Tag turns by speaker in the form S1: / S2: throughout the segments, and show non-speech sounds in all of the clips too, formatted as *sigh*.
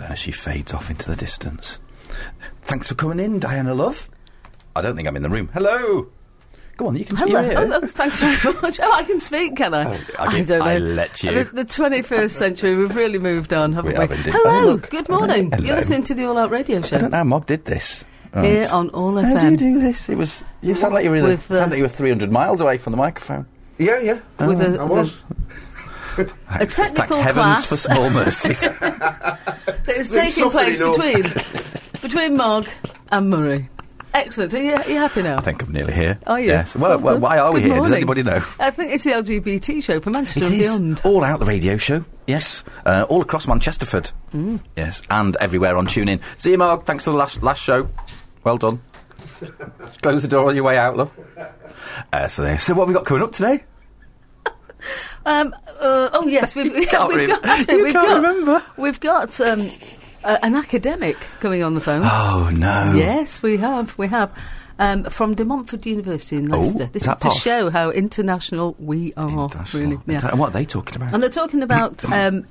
S1: as she fades off into the distance. Thanks for coming in, Diana, love. I don't think I'm in the room. Hello. Go on, you can speak.
S2: Hello.
S1: You're
S2: Oh,
S1: here.
S2: no, thanks very *laughs* much. Oh, I can speak, can I?
S1: Oh, I can- I let you.
S2: The, the 21st century, we've really moved on, haven't
S1: We
S2: we?
S1: have indeed.
S2: Hello,
S1: Oh, look.
S2: good morning.
S1: Hello.
S2: You're listening to the All Out Radio Show
S1: I don't know how Mog did this. Right.
S2: here on All
S1: How do you
S2: FM
S1: do this? It was you sound like you were in a-
S2: With, uh,
S1: sound like you were three hundred miles away from the microphone.
S3: Yeah, yeah.
S2: with a, with
S3: I
S2: a-
S3: was.
S2: a technical
S1: Thank heavens for
S2: class
S1: small mercies.
S2: *laughs* that is
S3: They're
S2: taking place
S3: suffering
S2: between
S3: *laughs*
S2: between Mog and Murray. Excellent. Are you, are you happy now?
S1: I think I'm nearly here.
S2: Are you?
S1: Yes. Well,
S2: Well
S1: well
S2: done.
S1: why are we
S2: Good
S1: here? Does
S2: morning.
S1: anybody know?
S2: I think it's the LGBT show for Manchester
S1: It
S2: and
S1: is
S2: beyond.
S1: all out the radio show. Yes, uh, all across Manchesterford.
S2: Mm.
S1: Yes, and everywhere on TuneIn. See you, Mark. Thanks for the last last show. Well done. Just *laughs* Close the door on your way out, love. Uh, so there. So what have we got coming up today?
S2: Um, uh, oh yes, we've, *laughs* we've got.
S1: rem-
S2: actually,
S1: you
S2: *laughs* we've
S1: can't
S2: got,
S1: remember.
S2: We've got um, a, an academic coming on the phone.
S1: Oh no.
S2: Yes, we have. We have. Um, from De Montfort University in
S1: Oh,
S2: Leicester.
S1: is
S2: this is
S1: that
S2: to
S1: posh?
S2: show how international we are,
S1: International.
S2: Oh, really. Yeah.
S1: And what are they talking about?
S2: And they're
S1: *clears throat*
S2: talking about um,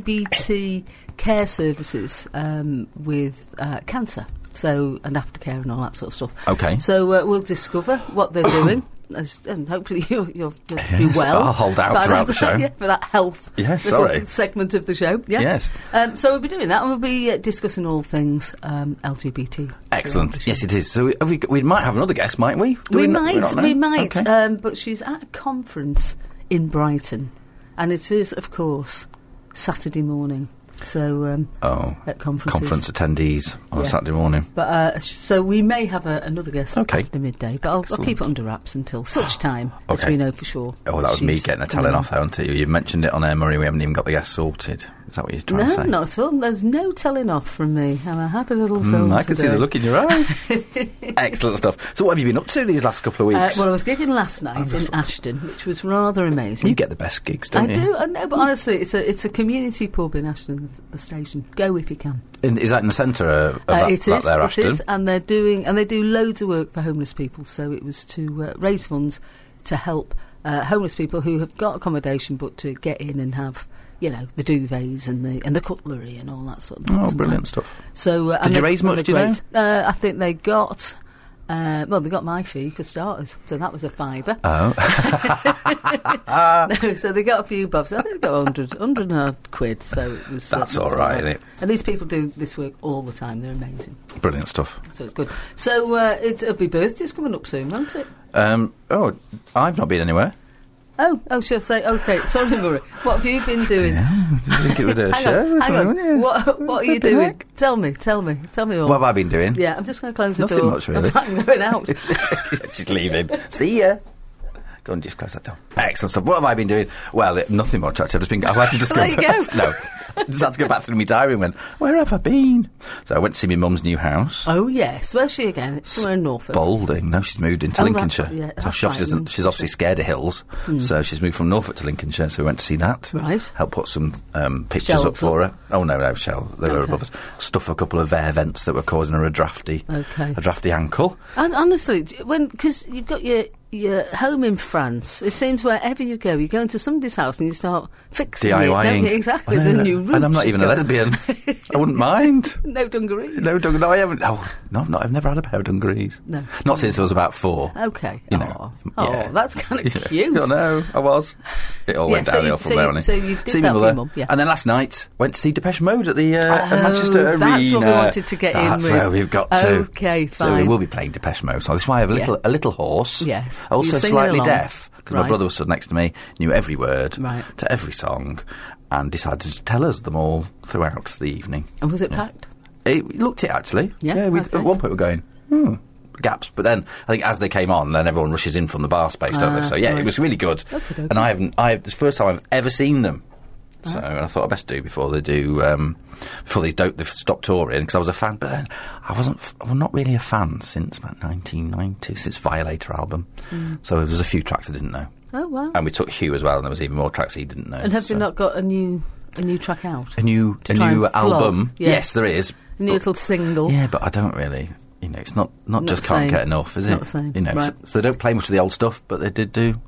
S2: LGBT care services um, with uh, cancer, so and aftercare and all that sort of stuff.
S1: Okay.
S2: So uh, we'll discover
S1: *clears throat*
S2: what they're doing. as- And hopefully *laughs* you'll, you'll, you'll be
S1: Yes,
S2: well.
S1: I'll hold out
S2: But I'd
S1: throughout the
S2: like
S1: show.
S2: to- yeah, for that health
S1: Yes,
S2: little
S1: sorry.
S2: segment of the show. Yeah.
S1: Yes.
S2: Um, so we'll be doing that and we'll be uh, discussing all things um, LGBT.
S1: Excellent. Yes, it is. So we, have we, got- we might have another guest, might we? Do
S2: we,
S1: kn-
S2: might,
S1: not know?
S2: we might,
S1: Okay.
S2: um, but she's at a conference in Brighton, and it is, of course, Saturday morning. So, um,
S1: oh,
S2: at conferences.
S1: conference attendees on a
S2: Yeah.
S1: Saturday morning.
S2: but uh, sh- so we may have a, another guest
S1: Okay.
S2: after midday, but I'll, I'll keep it under wraps
S1: *sighs*
S2: until such time as
S1: Okay.
S2: we know for sure.
S1: Oh, that was me
S2: she's
S1: getting a
S2: coming
S1: telling
S2: on.
S1: off, haven't you? You mentioned it on air, Murray. We haven't even got the guest sorted. Is that what you're trying to
S2: No,
S1: say?
S2: not at all. There's no telling off from me. I'm a happy little soul.
S1: Mm, I can see the
S2: today.
S1: look in your
S2: *laughs*
S1: eyes. Excellent stuff. So, what have you been up to these last couple of
S2: Uh,
S1: weeks?
S2: well, I was gigging last night in Ashton, which was rather amazing.
S1: you get the best gigs,
S2: I
S1: don't you?
S2: do, I know, but honestly, it's a it's a community pub in Ashton, the station. Go if you can.
S1: In, is that in the centre uh, of
S2: Uh,
S1: that,
S2: it
S1: that
S2: is,
S1: there,
S2: it
S1: Ashton?
S2: is, and they're doing and they do loads of work for homeless people. So it was to uh, raise funds to help uh, homeless people who have got accommodation, but to get in and have you know the duvets and the and the cutlery and all that sort of.
S1: Oh,
S2: nonsense.
S1: brilliant stuff.
S2: So uh, and
S1: Did you
S2: they-
S1: raise
S2: and
S1: much,
S2: they're
S1: do you know?
S2: great. Uh, I think they got. Uh, well, they got my fee for starters, so that was a fiver.
S1: Oh, *laughs*
S2: No, so they got a few bobs. I think they got 100, 100 and a quid. So it was.
S1: That's
S2: it was
S1: all right, innit?
S2: And these people do this work all the time. They're amazing.
S1: brilliant stuff.
S2: So it's good. So uh, it, it'll be birthdays coming up soon, won't it?
S1: Um, oh, I've not been anywhere.
S2: Oh, oh, she'll say, okay, sorry, Murray. What have you been doing?
S1: I think it would uh,
S2: *laughs* hang
S1: show
S2: on,
S1: or
S2: hang
S1: something,
S2: on.
S1: wouldn't you?
S2: What, what are you
S1: What the
S2: doing?
S1: heck?
S2: Tell me, tell me, tell me all.
S1: What have I been doing?
S2: yeah, I'm just going to close the
S1: Nothing
S2: door.
S1: much, really.
S2: *laughs* I'm going out.
S1: *laughs* She's leaving. See ya. Go and just close that door. Excellent stuff. What have I been doing? Well, it- nothing much actually. I've just been. I've had to just go.
S2: *laughs* There you
S1: back-
S2: go.
S1: no, just had to go back through my diary and went. Where have I been? So I went to see my mum's new house.
S2: oh, yes. Where's she again? Somewhere in Norfolk.
S1: Balding. No, she's moved into
S2: Oh, that's-
S1: Lincolnshire.
S2: yeah,
S1: so
S2: that's
S1: she
S2: right, Hmm.
S1: obviously doesn't, she's obviously scared of hills, so she's moved from Norfolk to Lincolnshire. So we went to see that.
S2: Right.
S1: Help put some um, pictures
S2: Shelves
S1: up for
S2: up.
S1: her. Oh no, no, shell. They were
S2: Okay.
S1: above us. Stuff a couple of air vents that were causing her a drafty,
S2: Okay.
S1: a drafty ankle.
S2: And honestly, d- when because you've got your your home in France, it seems wherever you go, you go into somebody's house and you start fixing it. don't
S1: DIYing.
S2: you?
S1: I
S2: Exactly,
S1: know,
S2: the
S1: no,
S2: new roof.
S1: And I'm not
S2: she's
S1: even a
S2: got.
S1: lesbian. I wouldn't mind.
S2: *laughs* No dungarees.
S1: No, dung- no, I haven't. Oh, no, I've, not, I've never had a pair of dungarees.
S2: No.
S1: Not since I was about four.
S2: Okay.
S1: You know.
S2: Oh, oh,
S1: yeah.
S2: that's kind of
S1: *laughs* Yeah.
S2: cute.
S1: I know, I was. It all
S2: Yeah,
S1: went
S2: so
S1: downhill
S2: you-
S1: from
S2: so
S1: there
S2: you-
S1: on in.
S2: so you did
S1: See
S2: that
S1: my
S2: with
S1: mother.
S2: Mum, yeah.
S1: And then last night, went to see Depeche Mode at the uh, at
S2: Oh,
S1: Manchester
S2: that's what we
S1: Arena.
S2: wanted to get in
S1: That's
S2: with.
S1: where we've got to.
S2: Okay,
S1: So we
S2: fine.
S1: will be playing Depeche Mode. So this is why I have a little, a little horse.
S2: Yes.
S1: Also
S2: You're singing
S1: slightly
S2: along.
S1: deaf, because my
S2: Right.
S1: brother was stood next to me, knew every word
S2: Right.
S1: to every song, and decided to tell us them all throughout the evening.
S2: And was it packed?
S1: It we looked it actually.
S2: Yeah,
S1: we,
S2: okay.
S1: at one point we we're going hmm, gaps, but then I think as they came on, then everyone rushes in from the bar space, don't
S2: Ah,
S1: they? So yeah,
S2: right.
S1: it was really good.
S2: Okey-dokey.
S1: And I haven't. I it's the first time I've ever seen them.
S2: Ah.
S1: So and I thought I best do before they do um, before they don't they stop touring because I was a fan, but then I wasn't. f- I'm not really a fan since about 1990, since Violator album.
S2: Hmm.
S1: So there was a few tracks I didn't know,
S2: Oh wow!
S1: and we took Hugh as well, and there was even more tracks he didn't know.
S2: and have
S1: Um, so-
S2: you not got a new a new track out?
S1: a new a
S2: try
S1: new
S2: and flog?
S1: album?
S2: Yeah.
S1: Yes, there is.
S2: A new
S1: but-
S2: little single.
S1: yeah, but I don't really. You know, it's not not,
S2: Not
S1: just
S2: the
S1: can't
S2: same.
S1: get enough, is it?
S2: Not the same.
S1: You know,
S2: Right.
S1: so, so they don't play much of the old stuff, but they did do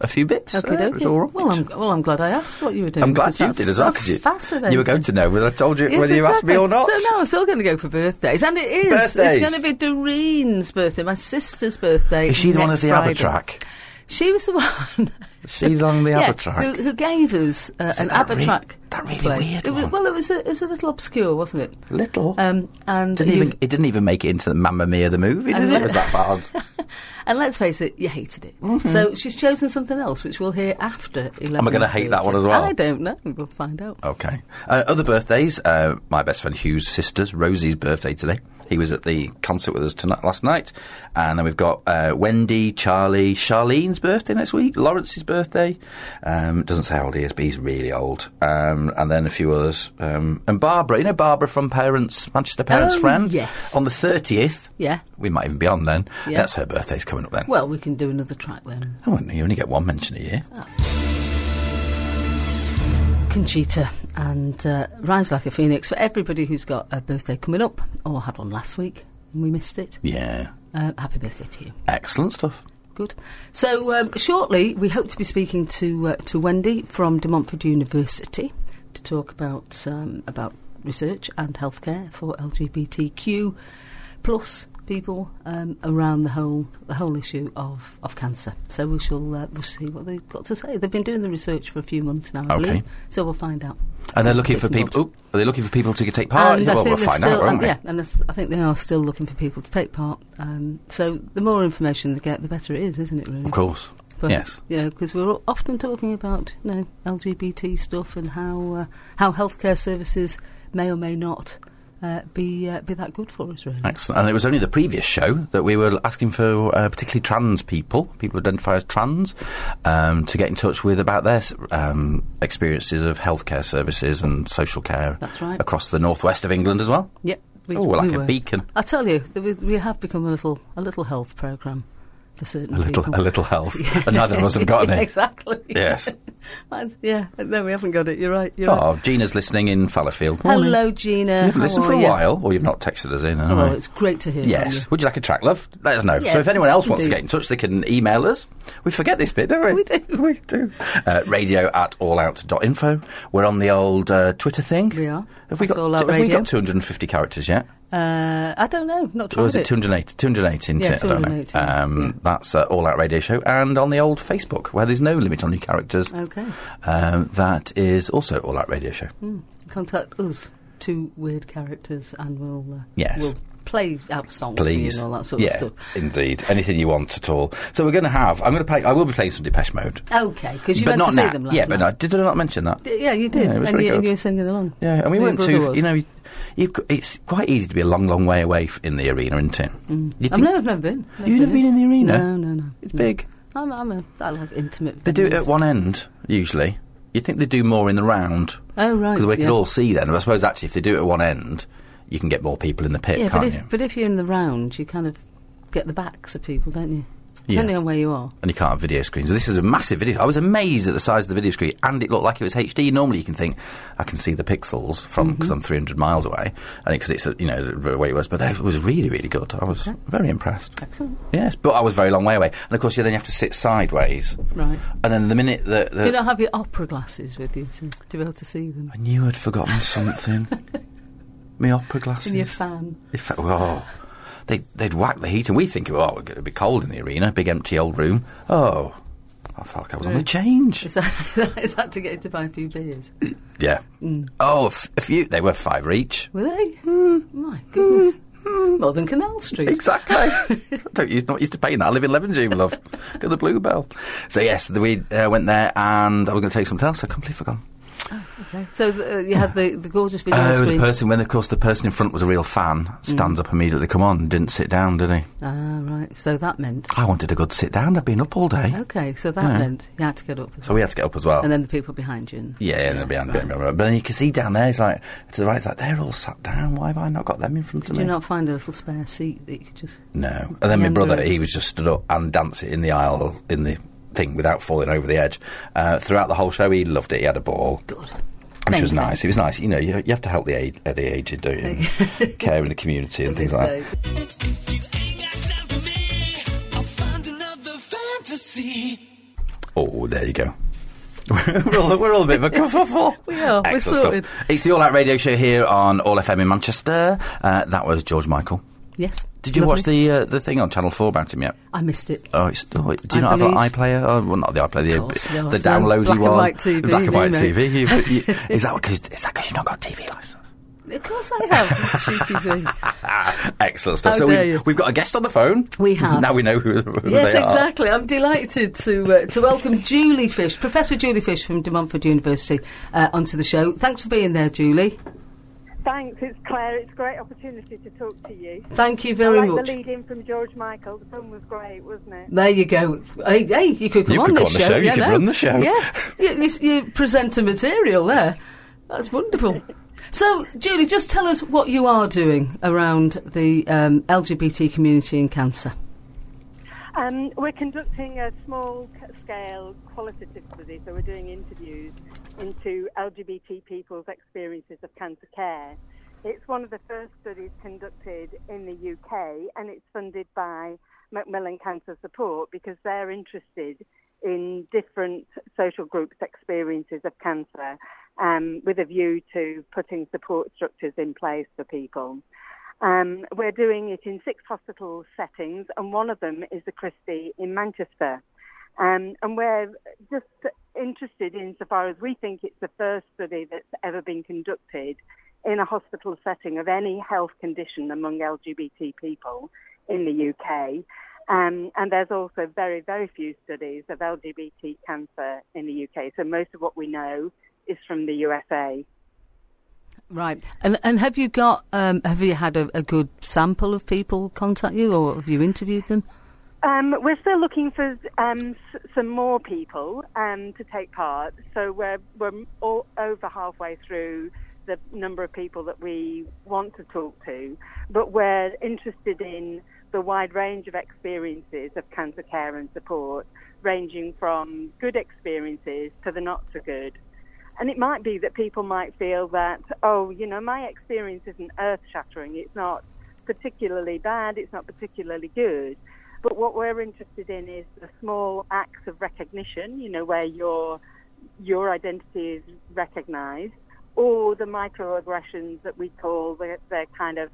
S1: a few bits.
S2: Okay,
S1: Uh, it was all right.
S2: Well, I'm well. I'm glad I asked what you were doing.
S1: I'm glad
S2: because
S1: you
S2: that's-
S1: did as well
S2: that's
S1: because you,
S2: fascinating.
S1: you were going to know whether I told you
S2: Yes,
S1: *laughs* whether you asked me
S2: exactly.
S1: or not.
S2: So no, I'm still going to go for birthdays, and it is.
S1: Birthdays.
S2: It's going to be Doreen's birthday, my sister's birthday.
S1: Is she the one
S2: next
S1: as the ABBA
S2: Friday.
S1: track?
S2: She was the *laughs* one.
S1: She's on the
S2: *laughs* yeah,
S1: ABBA track.
S2: Who, who gave us uh,
S1: Isn't
S2: an
S1: that
S2: ABBA
S1: re-
S2: track?
S1: that
S2: to
S1: really
S2: play.
S1: weird
S2: It was,
S1: one?
S2: well, it was a, it was a little obscure, wasn't it?
S1: Little.
S2: Um, and
S1: didn't
S2: you-
S1: even, it didn't even make it into the Mamma Mia the movie,
S2: And
S1: did it?
S2: let-
S1: It was that bad.
S2: *laughs* and let's face it, you hated it. So she's chosen something else, which we'll hear after. Am
S1: Mm-hmm. I gonna hate that one as well?
S2: I don't know. We'll find out.
S1: okay. Uh, other birthdays. Uh, my best friend Hugh's sister's, Rosie's birthday today. He was at the concert with us tonight, last night. And then we've got uh, Wendy, Charlie, Charlene's birthday next week, Lawrence's birthday. Um, doesn't say how old he is, but he's really old. Um, and then a few others. Um, and Barbara, you know Barbara from Parents, Manchester Parents
S2: Oh,
S1: Friend?
S2: yes.
S1: On the 30th.
S2: Yeah.
S1: We might even be on then.
S2: Yeah.
S1: That's her birthday's coming up then.
S2: Well, we can do another track then.
S1: Oh, and you only get one mention a year.
S2: Conchita and uh, Rise Like a Phoenix for everybody who's got a birthday coming up or had one last week and we missed it.
S1: Yeah.
S2: Uh, happy birthday to you.
S1: Excellent stuff.
S2: Good. So um, shortly, we hope to be speaking to uh, to Wendy from De Montfort University to talk about um, about research and healthcare for LGBTQ plus people um, around the whole the whole issue of, of cancer. So we shall uh, we'll see what they've got to say. They've been doing the research for a few months now, I
S1: Okay.
S2: believe. So we'll find out.
S1: And they're looking for
S2: Bits and
S1: people.
S2: bobs.
S1: Oop, are they looking for people to take part?
S2: And I
S1: well, we'll
S2: think they're
S1: find
S2: still,
S1: out, won't
S2: and,
S1: we?
S2: Yeah, and I, th- I think they are still looking for people to take part. Um, so the more information they get, the better it is, isn't it? Really.
S1: Of course.
S2: But,
S1: Yes.
S2: You know, because we're o- often talking about you know LGBT stuff and how uh, how healthcare services may or may not uh, be uh, be that good for us, really.
S1: Excellent. And it was only the previous show that we were asking for, uh, particularly trans people, people who identify as trans, um, to get in touch with about their s- um, experiences of healthcare services and social care
S2: That's right.
S1: across the northwest of England as well.
S2: Yep. We,
S1: oh, we're like
S2: we
S1: a
S2: were.
S1: beacon.
S2: I tell you, that we, we have become a little a little health program for certain
S1: A little,
S2: people.
S1: a little
S2: *laughs*
S1: health. and neither of us have got any.
S2: exactly.
S1: Yes.
S2: *laughs* That's- yeah. No, we haven't got it. You're right. You're right.
S1: Oh, Gina's listening in Fallowfield. Morning.
S2: Hello, Gina.
S1: You haven't
S2: How
S1: listened for
S2: are
S1: a
S2: you?
S1: while, or you've not texted us in. have
S2: Well,
S1: you?
S2: it's great to hear
S1: Yes. Would you like a track, love? Let us know.
S2: Yeah,
S1: so if anyone else wants to
S2: indeed.
S1: get in touch, they can email us. We forget this bit, don't we?
S2: We do.
S1: *laughs* We do. Uh, radio at allout.info. We're on the old uh, Twitter thing.
S2: We are.
S1: Have we
S2: That's
S1: got,
S2: All Out
S1: have we
S2: Radio.
S1: got 250 characters yet?
S2: from you. Uh, I don't know. Not
S1: Or
S2: tried
S1: is it
S2: it.
S1: 280? 218,
S2: Yeah,
S1: I don't know.
S2: 218, yeah.
S1: Um, That's uh, All Out Radio Show. And on the old Facebook, where there's no limit on your characters.
S2: Okay.
S1: Um, that is also All Out Radio Show.
S2: Mm. Contact us, two weird characters, and we'll uh,
S1: Yes.
S2: we'll play out songs
S1: please.
S2: for you and all that sort
S1: yeah,
S2: of stuff.
S1: indeed. Anything you want at all. So we're going to have. I'm going to play. I will be playing some Depeche Mode.
S2: Okay, because you
S1: but
S2: meant
S1: not
S2: to see
S1: now.
S2: them last
S1: yeah,
S2: night.
S1: but no, did I not mention that?
S2: D- Yeah, you did,
S1: Yeah, it was
S2: and,
S1: very
S2: you, and
S1: good.
S2: you were singing along.
S1: Yeah, and we
S2: Your
S1: weren't
S2: brother
S1: too.
S2: was.
S1: You know, you've, got- it's quite easy to be a long, long way away f- in the arena, isn't it? You
S2: Mm. I've never, I've never been. Never
S1: You've never been in the arena?
S2: No, no, no.
S1: It's
S2: no.
S1: big.
S2: I'm, I'm a. I like intimate.
S1: They do it
S2: venues.
S1: at one end usually. You'd think they do more in the round
S2: Oh right.
S1: because we could
S2: yeah.
S1: all see then. But I suppose actually, if they do it at one end, you can get more people in the pit,
S2: Yeah,
S1: can't
S2: but if,
S1: you?
S2: but if you're in the round, you kind of get the backs of people, don't you?
S1: Yeah.
S2: Depending on where you are.
S1: and you can't have video screens. This is a massive video. I was amazed at the size of the video screen, and it looked like it was HD. Normally, you can think I can see the pixels from
S2: Mm-hmm.
S1: because I'm 300 miles away, and because it's a, you know the way it was. But that was really, really good. I was very impressed.
S2: Excellent.
S1: Yes, but I was very long way away, and of course, yeah, then you have to sit sideways,
S2: Right.
S1: and then the minute that
S2: Do you
S1: the,
S2: not have your opera glasses with you to, to be able to see them?
S1: Uh, I knew I'd forgotten
S2: *laughs*
S1: something, my opera glasses.
S2: And your fan.
S1: If, oh, they, they'd whack the heat, and we think, oh, it'd be cold in the arena, big empty old room. Oh, I felt like I was on the
S2: Really?
S1: change.
S2: *laughs* Is that, is that to get you to buy a few beers?
S1: Yeah.
S2: Mm.
S1: Oh, f- a few. They were five each.
S2: Were they? My goodness. More than Canal Street.
S1: Hmm.
S2: *laughs*
S1: Exactly. I don't use, not used to paying that. I live in Levenshulme, love. Go to the Bluebell. So, yes, th- we uh, went there and I was going to take something else. I completely forgot.
S2: Okay. So th- uh, you had the, the gorgeous video
S1: Oh, the
S2: screen. Mm.
S1: person, when of course the person in front was a real fan, stands up immediately. Come on, didn't sit down, did he?
S2: ah, right. So that meant.
S1: I wanted a good sit down. I'd been up all day.
S2: Okay, so that
S1: Yeah.
S2: meant you had to get up.
S1: So, we had to get up as well.
S2: and then the people behind you. And,
S1: yeah, and then behind,
S2: right.
S1: but then you can see down there, it's like, to the right, it's like, they're all sat down. Why have I not got them in front of
S2: Did
S1: me?
S2: you not find a little spare seat that you could just.
S1: No. And then my
S2: Meander
S1: brother,
S2: it.
S1: he was just stood up and dancing in the aisle in the thing without falling over the edge. Uh, throughout the whole show, he loved it. He had a ball.
S2: Good.
S1: Which was
S2: Thank you.
S1: nice. It was nice. You know, you, you have to help the, age, uh, the aged, don't you?
S2: *laughs*
S1: And care in the community and things like that.
S2: So-
S3: If you ain't got time for me, I'll find another fantasy.
S1: Oh, there you go. *laughs* we're, all, we're all a bit of
S2: *laughs*
S1: a kerfuffle.
S2: We are. We're
S1: Excellent
S2: sorted.
S1: stuff. It's the All Out Radio Show here on All FM in Manchester. Uh, that was George Michael.
S2: Yes.
S1: Did you
S2: Lovely.
S1: watch the uh, the thing on Channel Four about him yet?
S2: I missed it.
S1: Oh, it's oh, wait, do you
S2: I
S1: not
S2: believe-
S1: have an iPlayer? Oh, well, not the iPlayer,
S2: Of course,
S1: the,
S2: no,
S1: the
S2: it's no
S1: downloady
S2: black and
S1: one,
S2: white TV,
S1: black and white
S2: no.
S1: TV. You-
S2: *laughs*
S1: you- is that because is that because you've not got a TV license? *laughs*
S2: Of course I have. cheeky thing.
S1: Excellent stuff.
S2: How
S1: so
S2: dare
S1: we've,
S2: you.
S1: we've got a guest on the phone.
S2: We have.
S1: now we know who, who
S2: Yes,
S1: they are.
S2: exactly. I'm delighted to uh, to welcome Julie Fish, Professor Julie Fish from De Montfort University, uh, onto the show. Thanks for being there, Julie.
S3: Thanks, it's Claire. It's a great opportunity to talk to you.
S2: Thank you very
S3: I like
S2: much.
S3: the lead in from George Michael. The film was great, wasn't it?
S2: There you go. Hey, hey you could come
S1: You
S2: on
S1: could
S2: this
S1: come on the show, you
S2: yeah,
S1: could
S2: no.
S1: run the show.
S2: Yeah, you, you, you present a material there. That's wonderful. So, Julie, just tell us what you are doing around the um, LGBT community and cancer.
S3: Um, we're conducting a small c- scale qualitative study, so we're doing interviews into LGBT people's experiences of cancer care. It's one of the first studies conducted in the UK and it's funded by Macmillan Cancer Support because they're interested in different social groups' experiences of cancer um, with a view to putting support structures in place for people. Um, we're doing it in six hospital settings, and one of them is the Christie in Manchester. Um, and we're just interested insofar as we think it's the first study that's ever been conducted in a hospital setting of any health condition among LGBT people in the UK. Um, and there's also very, very few studies of LGBT cancer in the UK. So most of what we know is from the USA.
S2: Right. And and have you got um, have you had a, a good sample of people contact you, or have you interviewed them?
S3: Um, we're still looking for um, s- some more people um, to take part. So we're we're all over halfway through the number of people that we want to talk to, but we're interested in the wide range of experiences of cancer care and support, ranging from good experiences to the not so good. And it might be that people might feel that, oh, you know, my experience isn't earth shattering. It's not particularly bad. It's not particularly good. But what we're interested in is the small acts of recognition, you know, where your, your identity is recognized, or the microaggressions that we call the, the kind of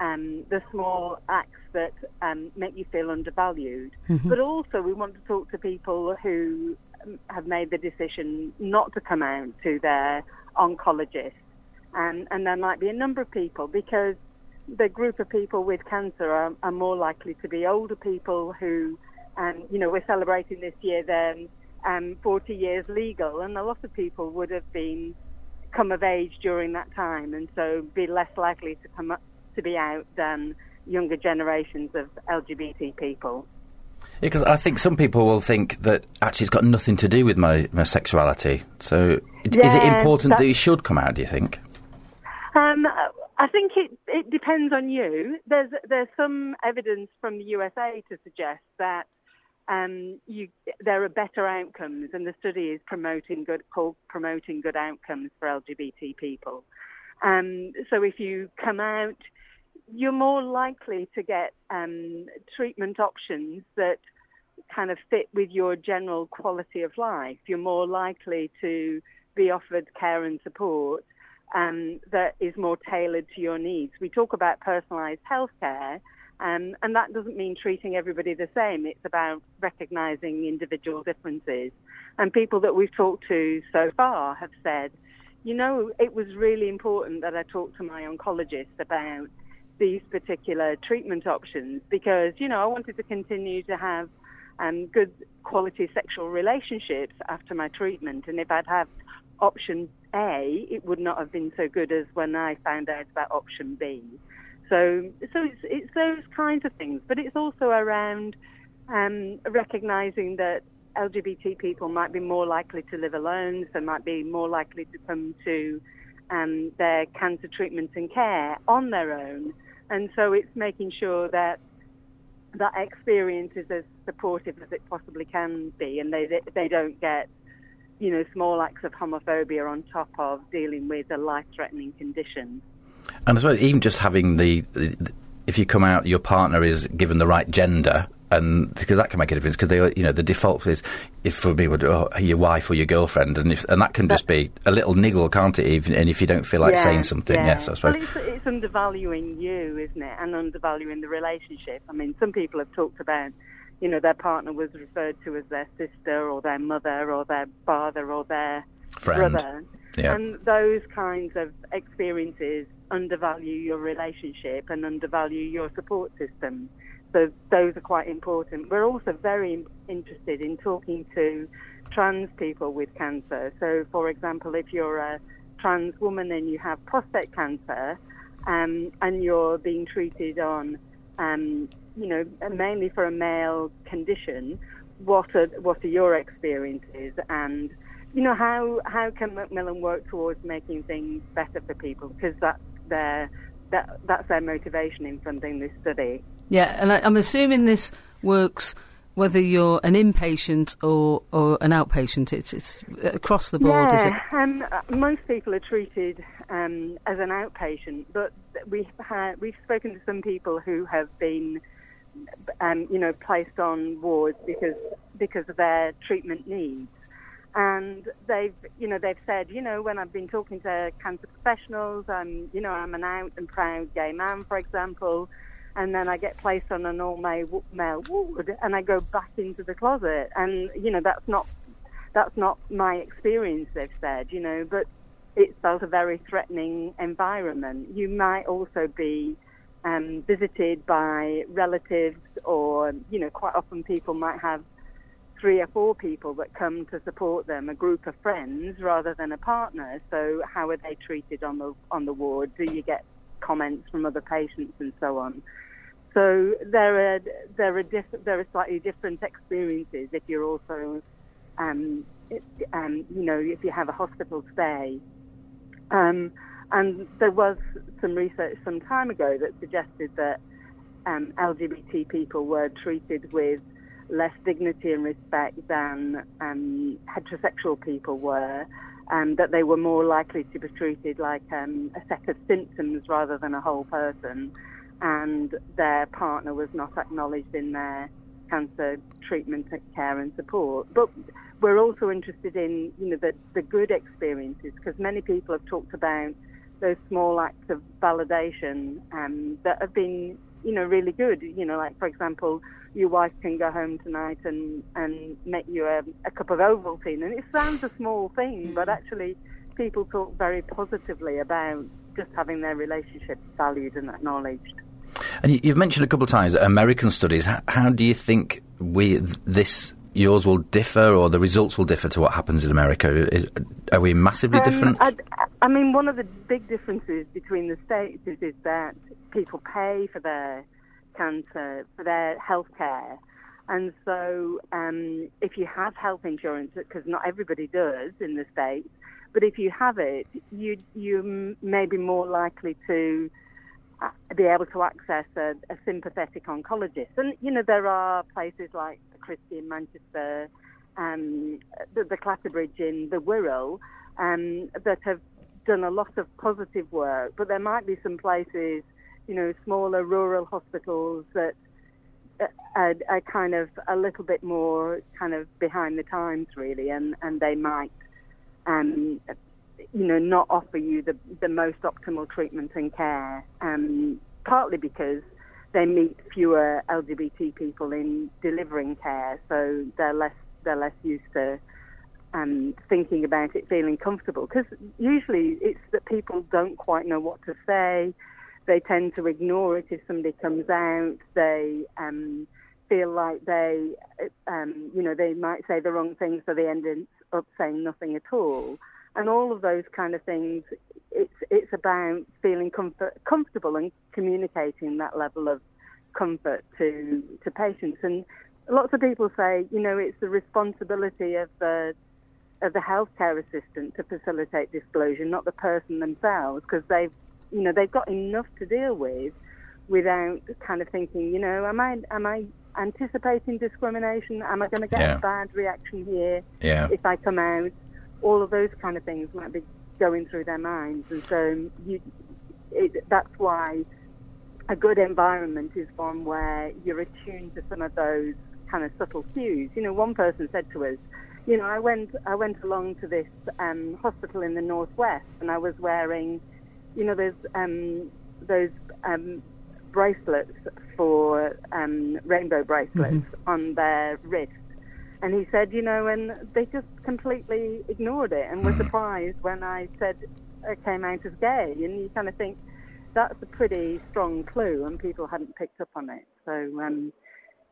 S3: um, the small acts that um, make you feel undervalued. But also, we want to talk to people who um, have made the decision not to come out to their oncologist. Um, and there might be a number of people because the group of people with cancer are, are more likely to be older people who, um, you know, we're celebrating this year then um, 40 years legal, and a lot of people would have been come of age during that time, and so be less likely to come up, to be out than younger generations of LGBT people.
S1: Because I think some people will think that actually it's got nothing to do with my, my sexuality. So it- is it
S3: Yeah,
S1: important that
S3: that-
S1: you should come out? Do you think?
S3: Um, I think it, it depends on you. There's there's some evidence from the USA to suggest that um, you, there are better outcomes, and the study is promoting good called promoting good outcomes for LGBT people. Um, so if you come out, you're more likely to get um, treatment options that kind of fit with your general quality of life. You're more likely to be offered care and support um, that is more tailored to your needs. We talk about personalised healthcare, um, and that doesn't mean treating everybody the same. It's about recognising individual differences. And people that we've talked to so far have said, you know, it was really important that I talked to my oncologist about these particular treatment options because, you know, I wanted to continue to have um, good quality sexual relationships after my treatment. And if I'd had option A, it would not have been so good as when I found out about option B. So, so it's, it's those kinds of things, but it's also around um, recognizing that LGBT people might be more likely to live alone, so might be more likely to come to um, their cancer treatment and care on their own. And so it's making sure that that experience is as supportive as it possibly can be, and they they- they don't get you know small acts of homophobia on top of dealing with a life-threatening condition.
S1: And I suppose even just having the, the, the- if you come out, your partner is given the right gender. and because that can make a difference. Because they, are- you know, the default is if for me would oh, your wife or your girlfriend, and if and that can just be a little niggle, can't it? Even and if you don't feel like
S3: Yeah,
S1: saying something,
S3: yeah.
S1: yes, I suppose.
S3: Well, it's, it's undervaluing you, isn't it? And undervaluing the relationship. I mean, some people have talked about, you know, their partner was referred to as their sister or their mother or their father or their
S1: Friend.
S3: brother.
S1: Yeah.
S3: And those kinds of experiences undervalue your relationship and undervalue your support system. So those are quite important. We're also very in- interested in talking to trans people with cancer. So, for example, if you're a trans woman and you have prostate cancer um, and you're being treated on, um, you know, mainly for a male condition, what are what are your experiences and you know how how can Macmillan work towards making things better for people because that's their that that's their motivation in funding this study.
S2: Yeah, and I, I'm assuming this works whether you're an inpatient or, or an outpatient. It's it's across the board, is it?
S3: yeah, um, uh, most people are treated um, as an outpatient, but we've had, we've spoken to some people who have been, um, you know, placed on wards because because of their treatment needs, and they've you know they've said you know when I've been talking to cancer professionals, I'm you know I'm an out and proud gay man, for example. And then I get placed on an all-male male ward, and I go back into the closet, and you know that's not that's not my experience, they've said, you know, but it felt a very threatening environment. You might also be um, visited by relatives, or, you know, quite often people might have three or four people that come to support them, a group of friends rather than a partner. So how are they treated on the on the ward? Do you get comments from other patients and so on? So there are there are diff- there are slightly different experiences if you're also um, it- um, you know if you have a hospital stay. Um, and there was some research some time ago that suggested that um, LGBT people were treated with less dignity and respect than um, heterosexual people were, and that they were more likely to be treated like um, a set of symptoms rather than a whole person, and their partner was not acknowledged in their cancer treatment care and support. But we're also interested in you know the, the good experiences because many people have talked about those small acts of validation um, that have been, you know, really good. You know, like for example, your wife can go home tonight and and make you a, a cup of Ovaltine, and it sounds a small thing, but actually, people talk very positively about just having their relationship valued and acknowledged.
S1: And you, you've mentioned a couple of times American studies. How, how do you think we th- this yours will differ, or the results will differ to what happens in America? Is, are we massively different?
S3: Um, I, I mean, one of the big differences between the states is, is that people pay for their cancer, for their health care. And so um, if you have health insurance, because not everybody does in the States, but if you have it, you, you m- may be more likely to uh, be able to access a, a sympathetic oncologist. And, you know, there are places like the Christie in Manchester, um, the, the Clatterbridge in the Wirral, um, that have done a lot of positive work. But there might be some places, you know, smaller rural hospitals that are, are kind of a little bit more kind of behind the times, really, and, and they might, um, you know, not offer you the, the most optimal treatment and care, um, partly because they meet fewer LGBT people in delivering care, so they're less they're less used to um, thinking about it, feeling comfortable. Because usually it's that people don't quite know what to say. They tend to ignore it if somebody comes out. They um, feel like they, um, you know, they might say the wrong thing, so they end up saying nothing at all. And all of those kind of things, it's it's about feeling comfort, comfortable and communicating that level of comfort to to patients. And lots of people say, you know, it's the responsibility of the of the healthcare assistant to facilitate disclosure, not the person themselves, because they've, you know, they've got enough to deal with without kind of thinking, you know, am I am I anticipating discrimination? Am I going to get
S1: Yeah.
S3: a bad reaction here
S1: Yeah.
S3: if I come out? All of those kind of things might be going through their minds, and so you, it, that's why a good environment is one where you're attuned to some of those kind of subtle cues. You know, one person said to us, you know, I went I went along to this um, hospital in the northwest, and I was wearing, you know, those um, those um, bracelets for um, rainbow bracelets on their wrist. And he said, you know, and they just completely ignored it and were surprised when I said I came out as gay. And you kind of think that's a pretty strong clue, and people hadn't picked up on it. So um,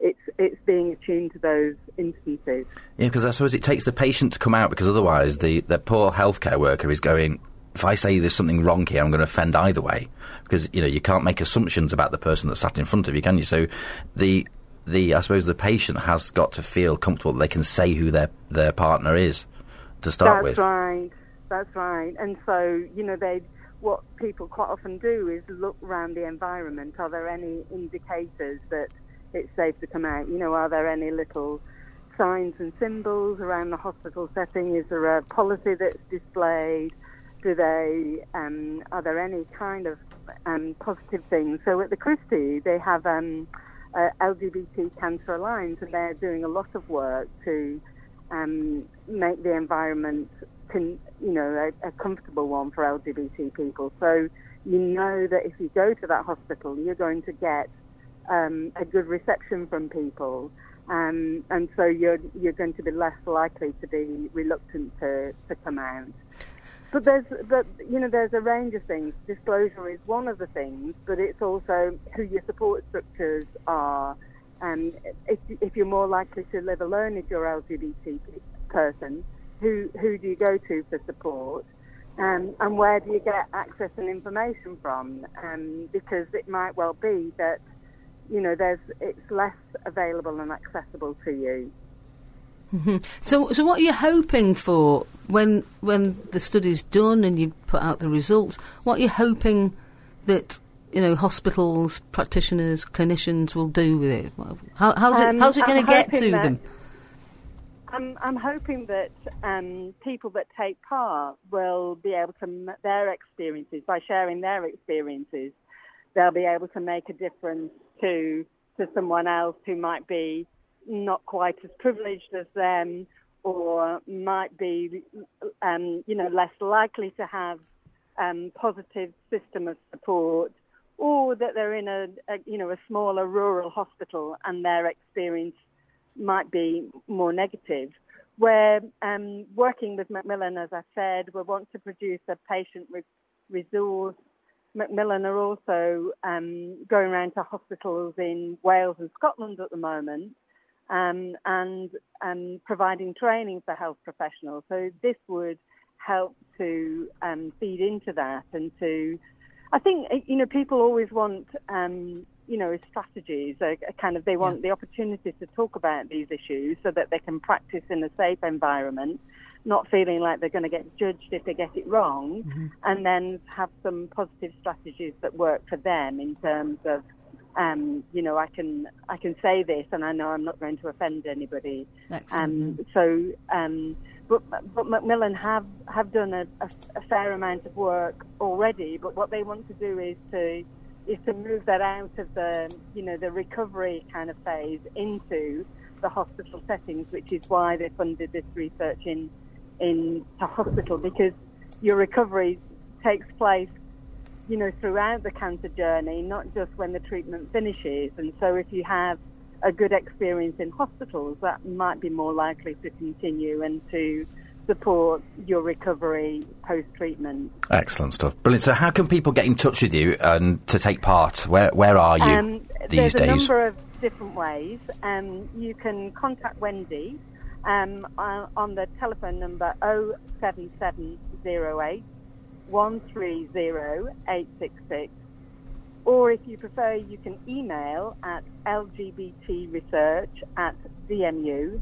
S3: it's it's being attuned to those instances.
S1: Yeah, because I suppose it takes the patient to come out because otherwise the, the poor healthcare worker is going, if I say there's something wrong here, I'm going to offend either way. Because, you know, you can't make assumptions about the person that sat in front of you, can you? So the, the I suppose the patient has got to feel comfortable that they can say who their, their partner is to start
S3: That's
S1: with.
S3: right. That's right. And so, you know, they what people quite often do is look around the environment. Are there any indicators that it's safe to come out? You know, are there any little signs and symbols around the hospital setting? Is there a policy that's displayed? Do they um, are there any kind of um, positive things? So at the Christie, they have um, uh, LGBT Cancer Alliance, and they're doing a lot of work to um, make the environment, con- you know, a, a comfortable one for LGBT people. So you know that if you go to that hospital, you're going to get um, a good reception from people, um, and so you're you're going to be less likely to be reluctant to, to come out. But there's, but you know, there's a range of things. Disclosure is one of the things, but it's also who your support structures are. Um, if, if you're more likely to live alone if you're LGBT person, who who do you go to for support, um, and where do you get access and information from? Um, because it might well be that you know there's it's less available and accessible to you.
S2: So, so what are you hoping for when when the study's done and you put out the results? What are you hoping that you know hospitals, practitioners, clinicians will do with it? How, how's it
S3: Um,
S2: how's it going
S3: I'm
S2: to get to
S3: hoping that-
S2: them?
S3: I'm, I'm hoping that um, people that take part will be able to, m- their experiences, by sharing their experiences, they'll be able to make a difference to, to someone else who might be not quite as privileged as them or might be, um, you know, less likely to have um, positive system of support, or that they're in a, a you know a smaller rural hospital and their experience might be more negative. We're um, working with Macmillan, as I said, we want to produce a patient re- resource. Macmillan are also um, going around to hospitals in Wales and Scotland at the moment um, and um, providing training for health professionals. So this would help to um, feed into that and to, I think, eh, you know, people always want, um, you know, strategies, a, a kind of, they want the opportunity to talk about these issues so that they can practice in a safe environment, not feeling like they're going to get judged if they get it wrong, and then have some positive strategies that work for them in terms of um, you know, I can I can say this, and I know I'm not going to offend anybody.
S2: Excellent,
S3: Um, so, um, but but Macmillan have have done a, a, a fair amount of work already. But what they want to do is to is to move that out of the you know the recovery kind of phase into the hospital settings, which is why they funded this research in into hospital because your recovery takes place you know, throughout the cancer journey, not just when the treatment finishes. And so if you have a good experience in hospitals, that might be more likely to continue and to support your recovery post-treatment.
S1: Excellent stuff. Brilliant. So, how can people get in touch with you and to take part? Where where are you these
S3: Um, there's a
S1: days?
S3: number of different ways. Um, you can contact Wendy um, on on the telephone number 07708 130866. Or if you prefer, you can email at lgbtresearch at dmu.ac.uk.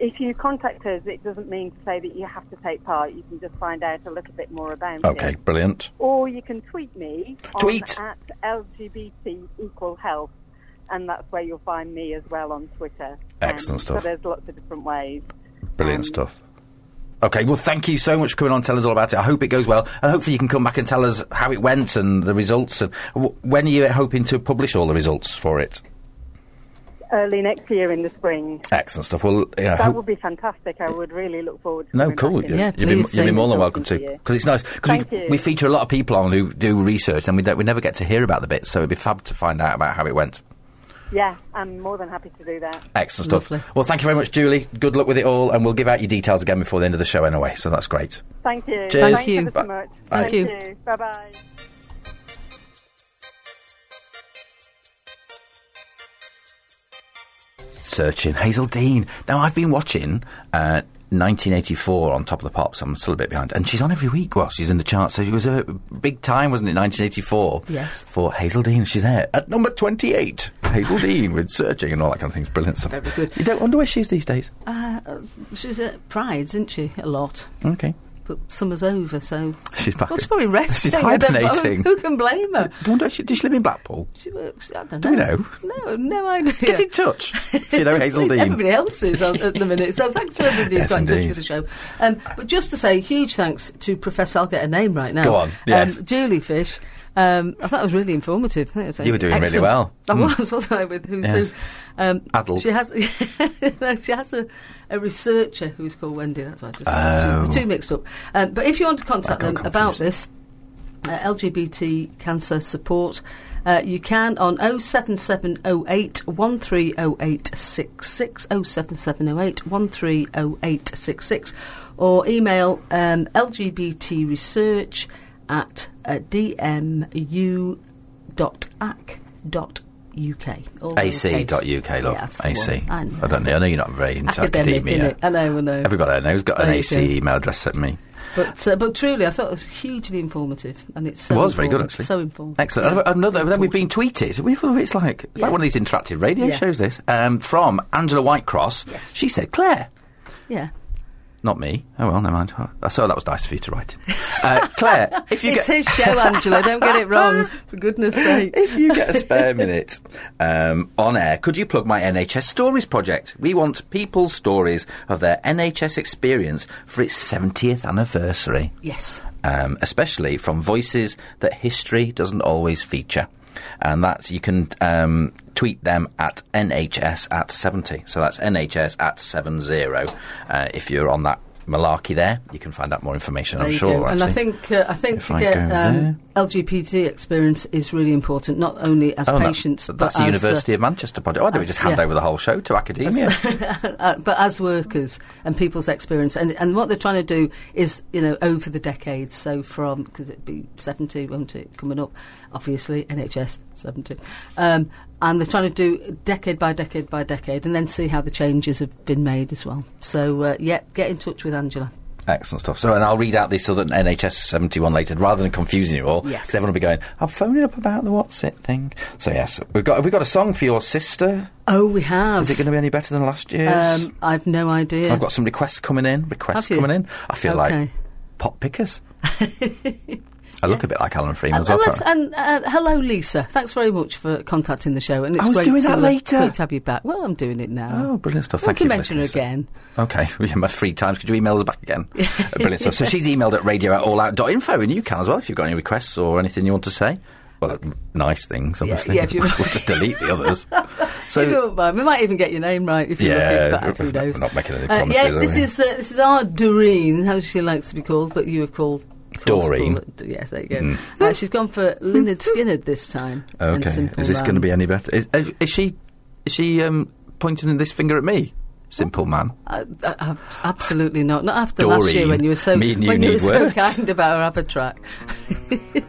S3: If you contact us, it doesn't mean to say that you have to take part. You can just find out a little bit more about it
S1: Okay, brilliant.
S3: or you can tweet me
S1: Tweet.
S3: on at LGBT Equal Health, and that's where you'll find me as well on Twitter. Um,
S1: Excellent stuff.
S3: So there's lots of different ways.
S1: Brilliant
S3: Um,
S1: stuff. Okay, well, thank you so much for coming on. Tell us all about it. I hope it goes well, and hopefully you can come back and tell us how it went and the results. And w- when are you hoping to publish all the results for it?
S3: Early next year in the spring.
S1: Excellent stuff. Well, you know,
S3: That
S1: hope-
S3: would be fantastic. I would really look forward to
S1: no,
S3: coming
S1: cool.
S3: back
S1: You-
S3: in.
S2: Yeah,
S1: you'd, be,
S2: please
S1: you'd be
S2: do.
S1: more than welcome
S3: Talking to
S1: to
S3: you.
S1: because it's nice. Cause
S3: Thank
S1: we,
S3: you.
S1: we feature a lot of people on who do research, and we don't, we never get to hear about the bits, so it'd be fab to find out about how it went.
S3: Yeah, I'm more than happy to do that.
S1: Excellent stuff.
S2: Lovely.
S1: Well, thank you very much, Julie. Good luck with it all, and we'll give out your details again before the end of the show anyway. So that's great.
S3: Thank you.
S1: Cheers.
S3: Thanks
S2: Thank you.
S3: ever so much.
S1: Bye.
S3: Thank
S2: Thank you.
S3: you. Bye bye.
S1: searching Hazel Dean. Now I've been watching uh, 1984 on Top of the Pops. I'm still a bit behind, and she's on every week. Well, she's in the charts, so it was a big time, wasn't it? 1984.
S2: Yes.
S1: For Hazel Dean, she's there at number 28. Hazel Dean with searching and all that kind of thing's brilliant stuff.
S2: Very good.
S1: You don't wonder where she is these days.
S2: Uh, uh, she's at Pride's, isn't she? A lot.
S1: Okay.
S2: But summer's over, so.
S1: She's back.
S2: Well, she's probably
S1: *laughs*
S2: resting.
S1: She's
S2: I don't-
S1: hibernating.
S2: *laughs* Who can blame her?
S1: I wonder if she, does she live in Blackpool?
S2: She works. I don't
S1: Do we
S2: know.
S1: know?
S2: No, no idea.
S1: Get in touch. you know
S2: *laughs*
S1: Hazel Dean.
S2: Everybody else is on, at the minute. So thanks to everybody who's
S1: Yes,
S2: got in touch
S1: indeed.
S2: with the show. Um, but just to say, huge thanks to Professor. I'll get her name right now.
S1: Go on, yes.
S2: Um, Julie Fish. Um, I thought it was really informative. I think it's
S1: You were doing really
S2: excellent.
S1: well.
S2: *laughs* I
S1: Mm.
S2: was, wasn't I, with Who's
S1: Yes.
S2: Who? Um,
S1: Adult.
S2: She has, *laughs* no, she has a, a researcher who's called Wendy. That's why I just
S1: Oh.
S2: the two mixed up. Um, but if you want to contact
S1: I got
S2: them about
S1: confused.
S2: this, uh, LGBT cancer support. Uh, you can on 07708 130866, 07708 130866, or email um, lgbtresearch at uh, dmu.ac.uk. all
S1: AC.UK,
S2: lowercase.
S1: love.
S2: Yeah, that's the
S1: AC.
S2: one. I know.
S1: I don't know. I know you're not very into
S2: Academic, Uh,
S1: academia.
S2: innit? I know, I know.
S1: Everybody I know has got an
S2: There you
S1: AC
S2: go.
S1: email address sent me.
S2: But, uh, but truly, I thought it was hugely informative. and it's so
S1: it was very good,
S2: inform-
S1: actually.
S2: So informative.
S1: Excellent.
S2: Yeah.
S1: Another. Then we've been tweeted. We thought it's like it's
S2: Yeah.
S1: like one of these interactive radio
S2: Yeah.
S1: shows. This um, from Angela Whitecross.
S2: Yes.
S1: She said Claire.
S2: Yeah.
S1: Not me. Oh well, never mind. Oh, so that was nice of you to write. Uh,
S2: *laughs*
S1: Claire, if you
S2: it's
S1: get
S2: his show, Angela. Don't get it
S1: *laughs*
S2: wrong. For goodness' sake.
S1: if you get a spare minute um, on air, could you plug my NHS Stories project? We want people's stories of their NHS experience for its 70th anniversary.
S2: *laughs* Yes.
S1: um, especially from voices that history doesn't always feature. And that's, you can um, tweet them at NHS at 70. So that's NHS at 70. Uh, if you're on that malarkey there, you can find out more information,
S2: There
S1: I'm
S2: you
S1: sure.
S2: go. And I
S1: actually.
S2: think uh, I think
S1: If
S2: to
S1: I
S2: get
S1: go there.
S2: um, LGBT experience is really important, not only as
S1: Oh, and that-
S2: patients, but
S1: that's the
S2: as, uh,
S1: University of Manchester project. Why don't we
S2: as-
S1: just hand
S2: yeah.
S1: over the whole show to academia?
S2: uh, but as workers and people's experience. And, and what they're trying to do is, you know, over the decades. So from, because it'd be 70, won't it, coming up, obviously, NHS 70. Um, and they're trying to do decade by decade by decade and then see how the changes have been made as well. So, uh, yeah, get in touch with Angela.
S1: *laughs* Excellent stuff. So, and I'll read out the Southern NHS 71 later, rather than confusing you all, because
S2: Yes.
S1: everyone will be going, I'm phoning up about the what's it thing. So, yes, we've got, have we got a song for your sister?
S2: Oh, we have.
S1: Is it going to be any better than last year's?
S2: Um, I've no idea. *laughs*
S1: I've got some requests coming in. Requests
S2: Have you?
S1: coming in. I feel like
S2: Okay.
S1: pop pickers. I look a bit like Alan Freeman.
S2: And,
S1: as well,
S2: and let's-
S1: apparently.
S2: and, uh, hello, Lisa. Thanks very much for contacting the show. And it's
S1: I was
S2: great
S1: doing
S2: to,
S1: that
S2: uh,
S1: later.
S2: great to have you back. Well, I'm doing it now.
S1: Oh, brilliant stuff.
S2: Well,
S1: Thank
S2: we
S1: you
S2: can
S1: for
S2: mention her
S1: listening,
S2: again.
S1: Okay, *laughs* yeah, my three times. Could you email us back
S2: *laughs*
S1: again? Uh, brilliant stuff. So she's emailed at radio at allout.info, and you can as well if you've got any requests or anything you want to say. Well, uh, nice things, obviously.
S2: yeah, if
S1: *laughs*
S2: you-
S1: we'll just delete the
S2: *laughs*
S1: others. So,
S2: If you don't mind, we might even get your name right if you're
S1: Yeah,
S2: looking, but
S1: we're
S2: who knows?
S1: not making any
S2: Uh,
S1: promises,
S2: yeah,
S1: are
S2: this
S1: we?
S2: is uh, this is our Doreen, how she likes to be called, but you have called. of course,
S1: Doreen. Mm-hmm.
S2: called it- yes, there you go. Uh, she's gone for Leonard Skinner this time. and
S1: okay,
S2: Simple
S1: is this
S2: Man.
S1: going to be any better? Is, is, is she is she um, pointing this finger at me? Simple man.
S2: Uh, uh, ab- absolutely not. Not after last
S1: Doreen,
S2: year when you were so
S1: me and you
S2: when you were
S1: need
S2: so
S1: words.
S2: kind about our other track. *laughs*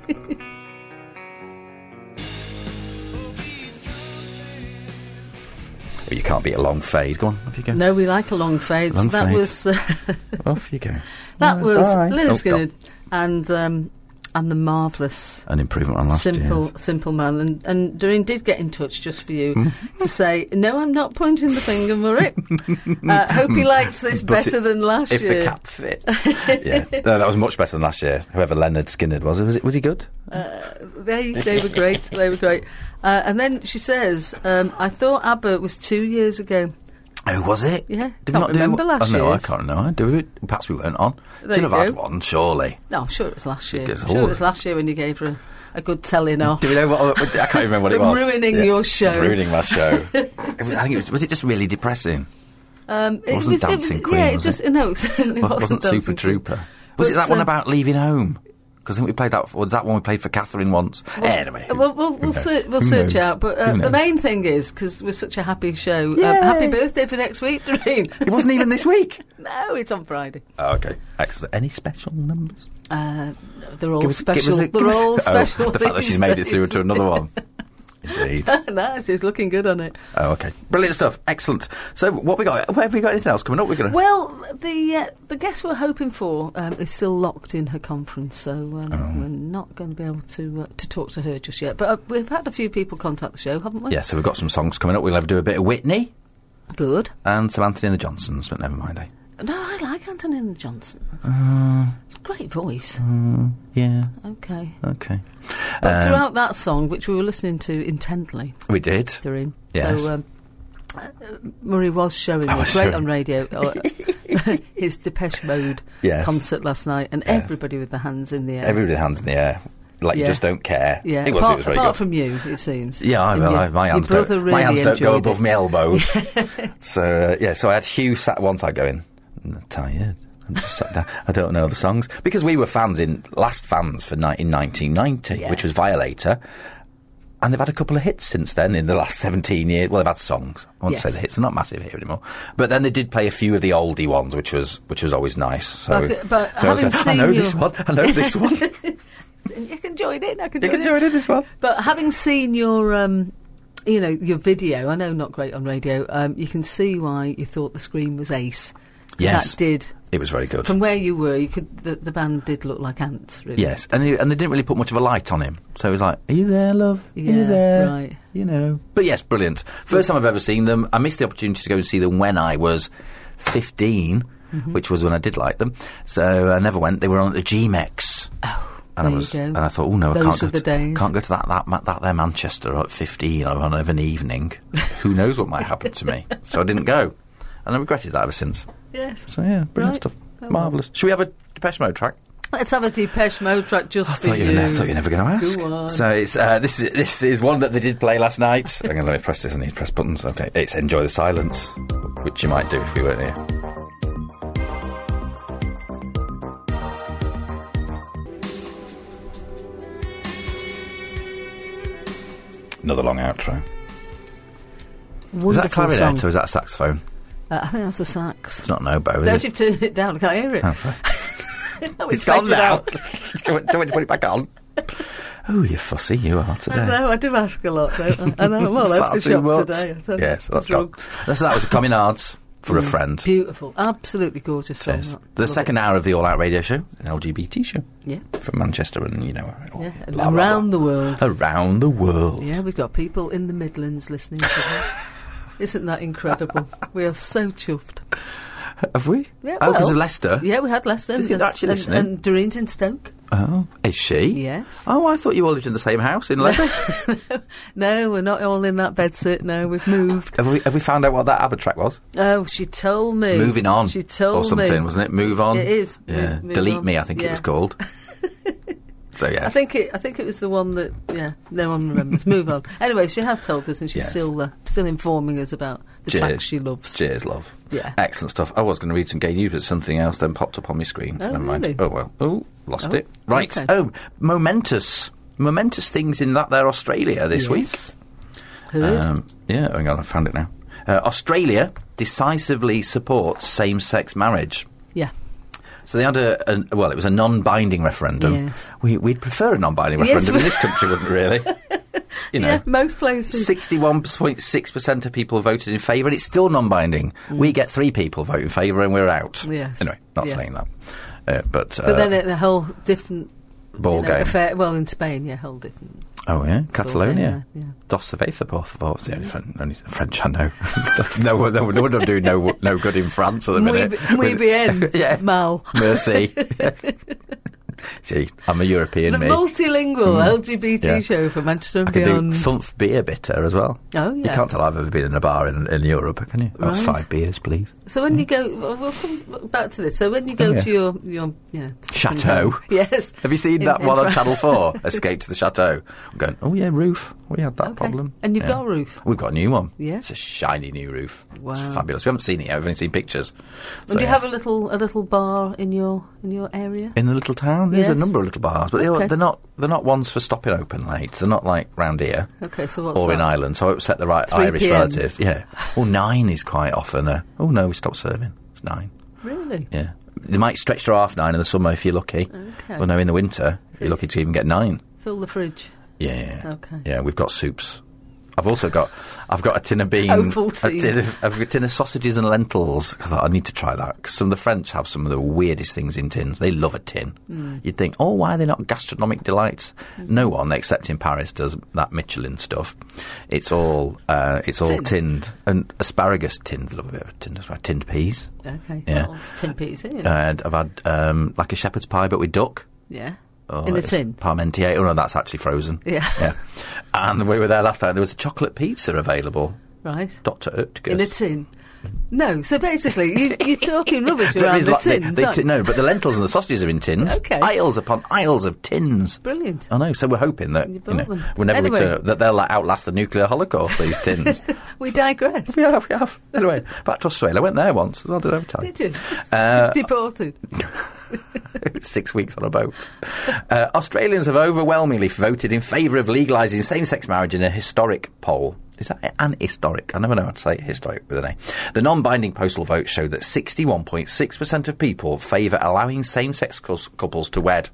S1: You can't beat a long fade. Go on, off you go.
S2: No, we like a long fade.
S1: Long
S2: so that
S1: fade.
S2: was uh, *laughs*
S1: Off you go.
S2: that
S1: Bye.
S2: was
S1: Bye.
S2: Leonard
S1: Oh,
S2: Skinner
S1: God.
S2: and um, and the marvelous
S1: An improvement on last
S2: simple,
S1: year's.
S2: simple man. And, and Doreen did get in touch just
S1: Hmm.
S2: for you to say, no, I'm not pointing the
S1: *laughs*
S2: finger, Murray. uh, hope he likes this
S1: But
S2: better
S1: it-
S2: than last
S1: If
S2: year.
S1: the cap
S2: *laughs*
S1: fits. yeah, no, that was much better than last year. Whoever Leonard Skinner was, was, it, was he good?
S2: They, they were great. They were great. Uh, and then she says, um, I thought ABBA was two years ago.
S1: Oh, was it?
S2: Yeah,
S1: Did
S2: can't
S1: we not do-
S2: remember last
S1: oh, no, I
S2: year's.
S1: can't know. Do we? Perhaps we weren't on.
S2: There
S1: Should
S2: you
S1: have had
S2: go.
S1: one, surely.
S2: No, I'm sure it was last year. I'm
S1: gets
S2: sure it was
S1: horrid.
S2: last year when you gave her a, a good telling off.
S1: Do we know what? what- I can't remember what it
S2: Oh. You're
S1: was.
S2: ruining your show.
S1: Ruining my
S2: *laughs*
S1: show. It was- I think it was. Was it just really depressing?
S2: Um, it
S1: wasn't Dancing Queen,
S2: Yeah,
S1: was
S2: just no, it certainly
S1: Well, it wasn't
S2: wasn't,
S1: Super
S2: Dancing Queen.
S1: Trooper. Was it
S2: But,
S1: that one
S2: um,
S1: about leaving home? Because I think we played that. Or that one we played for Catherine once. anyway, who-
S2: Uh, We'll, we'll,
S1: who
S2: we'll,
S1: knows?
S2: ser- we'll
S1: Who
S2: search
S1: knows?
S2: out. But uh,
S1: Who
S2: the
S1: knows?
S2: main thing is because we're such a happy show. Um, happy birthday for next week, Doreen.
S1: It wasn't even this week.
S2: *laughs* no, it's on Friday.
S1: Oh, okay. Excellent. Any special numbers?
S2: Uh, no, they're all
S1: Give us- give us
S2: special.
S1: a- give
S2: they're
S1: us-
S2: all special.
S1: *laughs* Oh, the fact that she's
S2: these
S1: made it through
S2: days.
S1: to another one. Indeed.
S2: *laughs* no, she's looking good
S1: *laughs*
S2: on it.
S1: Oh, okay. Brilliant stuff. Excellent. So, what we got? Have we got anything else coming up? We're going to.
S2: Well, the uh, the guest we're hoping for um, is still locked in her conference, so um,
S1: Oh.
S2: we're not going to be able to uh, to talk to her just yet. But uh, we've had a few people contact the show, haven't we?
S1: yeah, so we've got some songs coming up. We'll have to do a bit of Whitney
S2: Good.
S1: and some Anthony and the Johnsons, but never mind. Eh?
S2: No, I like Antonina Johnson.
S1: Uh.
S2: Great voice.
S1: Mm. Yeah.
S2: Okay.
S1: Okay.
S2: But
S1: Um,
S2: throughout that song, which we were listening to intently,
S1: we did.
S2: Doreen.
S1: Yes.
S2: So, um, uh, Murray was showing
S1: I
S2: me,
S1: was
S2: great
S1: showing- *laughs*
S2: on radio, uh, *laughs* his Depeche Mode
S1: Yes.
S2: concert last night, and
S1: Yes.
S2: everybody with the hands in the air.
S1: Everybody with hands in the air, like you
S2: Yeah.
S1: just don't care.
S2: yeah,
S1: It was.
S2: apart,
S1: it was very
S2: apart
S1: good.
S2: from you, it seems.
S1: Yeah, I,
S2: And
S1: well,
S2: your-
S1: I, my
S2: your
S1: hands don't.
S2: brother really
S1: my hands don't go
S2: enjoyed
S1: above
S2: it.
S1: my
S2: *laughs*
S1: elbows. so uh, yeah, so I had Hugh sat one side going, I'm tired. I'm just sat down. I don't know the songs because we were fans in last fans for ni- in 1990,
S2: Yeah.
S1: which was Violator. And they've had a couple of hits since then in the last 17 years. Well, they've had songs. I won't
S2: Yes.
S1: say the hits are not massive here anymore. But then they did play a few of the oldie ones, which was which was always nice. So,
S2: But- but
S1: so I was
S2: having
S1: going, I
S2: seen
S1: know
S2: your-
S1: this one. I know this
S2: *laughs*
S1: one. you
S2: And You can join in. I can join
S1: can
S2: in.
S1: join in this one.
S2: But having seen your, um, you know, your video, I know not great on radio. Um, you can see why you thought the screen was ace. 'Cause
S1: Yes.
S2: that did.
S1: It was very good.
S2: From where you were, you could. The, the band did look like ants, really.
S1: Yes, and they, and they didn't really put much of a light on him, so it was like, "Are you there, love? Are
S2: Yeah,
S1: you there?
S2: right.
S1: You know." But yes, brilliant. First time I've ever seen them. I missed the opportunity to go and see them when I was 15
S2: Mm-hmm.
S1: which was when I did like them. So I never went. They were on at the GMEX. Oh, and I
S2: there
S1: was,
S2: you go.
S1: and I thought, "Oh no,
S2: Those
S1: I can't go,
S2: were the
S1: to,
S2: days.
S1: can't go to that that ma- that there Manchester at fifteen on of an evening. Who knows what might happen to
S2: *laughs*
S1: me?" So I didn't go, and I regretted that ever since.
S2: Yes.
S1: So yeah, brilliant
S2: Right.
S1: stuff,
S2: Oh, well.
S1: marvelous. Should we have a Depeche Mode track?
S2: Let's have a Depeche Mode track just
S1: Oh, I
S2: for
S1: thought you, were,
S2: you.
S1: ne- I thought you were never going to ask.
S2: Go on.
S1: So it's uh, this is this is one that they did play last night. *laughs* I'm going to let me press this. I need to press buttons. Okay, it's enjoy the silence, which you might do if we weren't here. Another long outro.
S2: Wonderful
S1: Is that a clarinet or
S2: song.
S1: is that a saxophone?
S2: Uh, I think that's a sax.
S1: It's not an oboe,
S2: Don't
S1: is
S2: you
S1: it?
S2: turn it down? I can't hear it.
S1: *laughs* Oh, sorry.
S2: *laughs* No,
S1: it's gone
S2: faded
S1: now. *laughs*
S2: out.
S1: do you want do you want to put it back
S2: *laughs*
S1: on? Oh, you fussy you are today.
S2: I know, I do ask a lot. Don't I? I know, well,
S1: *laughs*
S2: that's
S1: Far
S2: the
S1: too
S2: shop
S1: much.
S2: today. I don't know,
S1: Yes,
S2: the
S1: that's got.
S2: drugs.
S1: So that was Coming Arts for a friend.
S2: Beautiful, absolutely gorgeous song.
S1: Yes.
S2: that.
S1: The
S2: Love it.
S1: second hour of the All Out Radio Show, an LGBT show
S2: yeah,
S1: from Manchester and, you know,
S2: yeah, and
S1: blah, blah,
S2: around
S1: blah.
S2: the world.
S1: Around the world.
S2: Yeah, we've got people in the Midlands listening
S1: *laughs*
S2: to that. Isn't that incredible? We are so chuffed.
S1: Have we?
S2: Yeah,
S1: oh, because
S2: well.
S1: of Leicester?
S2: Yeah, we had Leicester.
S1: Do you think they're actually
S2: and,
S1: listening?
S2: and Doreen's in Stoke.
S1: Oh, is she? *laughs*
S2: Yes.
S1: Oh, I thought you all lived in the same house in
S2: *laughs*
S1: Leicester.
S2: No, we're not all in that bedsit. No, wewe've moved.
S1: have, we, have we found out what that ABBA track was?
S2: Oh, she told me.
S1: Moving On.
S2: She told
S1: Or something,
S2: me.
S1: wasn't it? Move On.
S2: It is.
S1: Yeah.
S2: Move- Move
S1: Delete
S2: On.
S1: Me, I think it
S2: Yeah.
S1: was
S2: *laughs*
S1: called. so, yes.
S2: I think it. I think it was the one that. Yeah, no one remembers.
S1: *laughs*
S2: Move on. Anyway, she has told us, and she's
S1: Yes.
S2: still uh, still informing us about the
S1: Cheers.
S2: tracks she loves.
S1: Cheers, love.
S2: Yeah.
S1: Excellent stuff. I was going to read some gay news, but something else then popped up on my screen.
S2: Oh,
S1: Never
S2: really?
S1: mind. Oh, well. Oh, lost
S2: Oh,
S1: it. Right.
S2: okay.
S1: Oh, momentous. Momentous things in that there Australia this Um,
S2: Yes.
S1: week.
S2: Heard.
S1: yeah, hang on, I found it now. Uh, Australia decisively supports same sex marriage.
S2: yeah.
S1: So they had a, an- well, it was a non-binding referendum.
S2: Yes.
S1: We, we'd prefer a non-binding
S2: Yes,
S1: referendum
S2: we-
S1: in this country, wouldn't we,
S2: *laughs*
S1: really? You know,
S2: Yeah. Most places.
S1: 61.6% of people voted in favour, and it's still non binding. We get three people vote in favour, and we're out.
S2: Mm. Yes.
S1: Anyway, not
S2: Yeah.
S1: saying that. Uh, but uh,
S2: But then it, the whole different
S1: ball
S2: you know,
S1: game.
S2: affair. Well, in Spain, yeah, whole different.
S1: oh, yeah. Catalonia.
S2: yeah, yeah.
S1: Dos Cerveza, por favor. It's the only, Fren- only French I know.
S2: *laughs*
S1: *laughs* That's no, one- no, no, I'm doing no, no good in France at the *laughs*
S2: Muy,
S1: minute.
S2: b- muy
S1: With-
S2: *laughs* bien,
S1: Yeah.
S2: Mal.
S1: Mercy. *laughs* See, I'm a European
S2: The
S1: me.
S2: multilingual LGBT
S1: Mm. Yeah.
S2: show for Manchester and
S1: I can
S2: beyond.
S1: do Fumf beer bitter as well.
S2: Oh,
S1: You
S2: yeah.
S1: can't tell I've ever been in a bar in, in Europe, can you? That's
S2: Right.
S1: five beers, please.
S2: so when you go, well, we'll come back to this. So when you
S1: Mm.
S2: go
S1: Oh, yes.
S2: to your your yeah,
S1: Chateau.
S2: *laughs* yes.
S1: Have you seen
S2: In-
S1: that
S2: in
S1: one on
S2: Fran-
S1: Channel
S2: *laughs*
S1: 4, Escape to the Chateau? I'm going, oh yeah, roof. We had that
S2: Okay.
S1: problem.
S2: And you've
S1: Yeah.
S2: got a roof?
S1: We've got a new one.
S2: Yeah.
S1: It's a shiny new roof.
S2: Wow.
S1: It's fabulous. We haven't seen it yet. We've only seen pictures.
S2: And do you have a little a little bar in your in your area?
S1: in the little town, there's a
S2: Yes.
S1: number of little bars, but they're,
S2: Okay.
S1: they're not they're not ones for stopping open late. They're not like round here
S2: Okay, so what's
S1: or in
S2: that?
S1: Ireland. So I upset the right
S2: 3
S1: Irish
S2: PM.
S1: relatives. Yeah. Well, nine is quite often. A, oh no, we stopped serving. It's nine.
S2: Really?
S1: Yeah. They might stretch to half nine in the summer if you're lucky.
S2: Okay.
S1: Well, no, in the winter
S2: So
S1: you're
S2: you-
S1: lucky to even get nine.
S2: Fill the fridge.
S1: Yeah.
S2: Okay.
S1: Yeah, we've got soups. I've also got I've got a tin of beans, a
S2: Ovaltine.
S1: tin of, I've got a tin of sausages and lentils. I thought I need to try that 'cause some of the French have some of the weirdest things in tins. They love a tin.
S2: Mm.
S1: You'd think, oh, why are they not gastronomic delights? No one, except in Paris, does that Michelin stuff. It's all uh, it's all
S2: Tinned.
S1: tinned. and asparagus tinned. Love a bit of tinned asparagus, tinned peas,
S2: Okay.
S1: Yeah. Uh,
S2: Well, it's tin peas, isn't it?
S1: and I've had um, like a shepherd's pie but with duck.
S2: yeah.
S1: Oh,
S2: in the
S1: it's
S2: tin.
S1: Parmentier. Oh no, that's actually frozen.
S2: Yeah.
S1: Yeah. And we were there last time. There was a chocolate pizza available.
S2: Right.
S1: Doctor Oetker.
S2: In a tin. No, so basically, you, you're talking
S1: *laughs*
S2: rubbish around the
S1: they,
S2: tins.
S1: they
S2: aren't
S1: ti-
S2: you?
S1: no, but the lentils and the sausages are in tins.
S2: Okay.
S1: Aisles upon aisles of tins.
S2: Brilliant.
S1: I know. So we're hoping that
S2: You
S1: you
S2: bought
S1: know,
S2: them.
S1: whenever
S2: Anyway.
S1: we turn up, that they'll like, outlast the nuclear holocaust. These tins.
S2: *laughs* We digress.
S1: we have, we have. Anyway, back to Australia. I went there once. as Well, did overtime.
S2: Did you?
S1: Uh,
S2: Deported.
S1: *laughs* six weeks on a boat. Uh, Australians have overwhelmingly voted in favour of legalising same sex marriage in a historic poll. Is that an historic? I never know how to say historic with an A. The non binding postal vote showed that 61.6% of people favour allowing same sex couples to wed.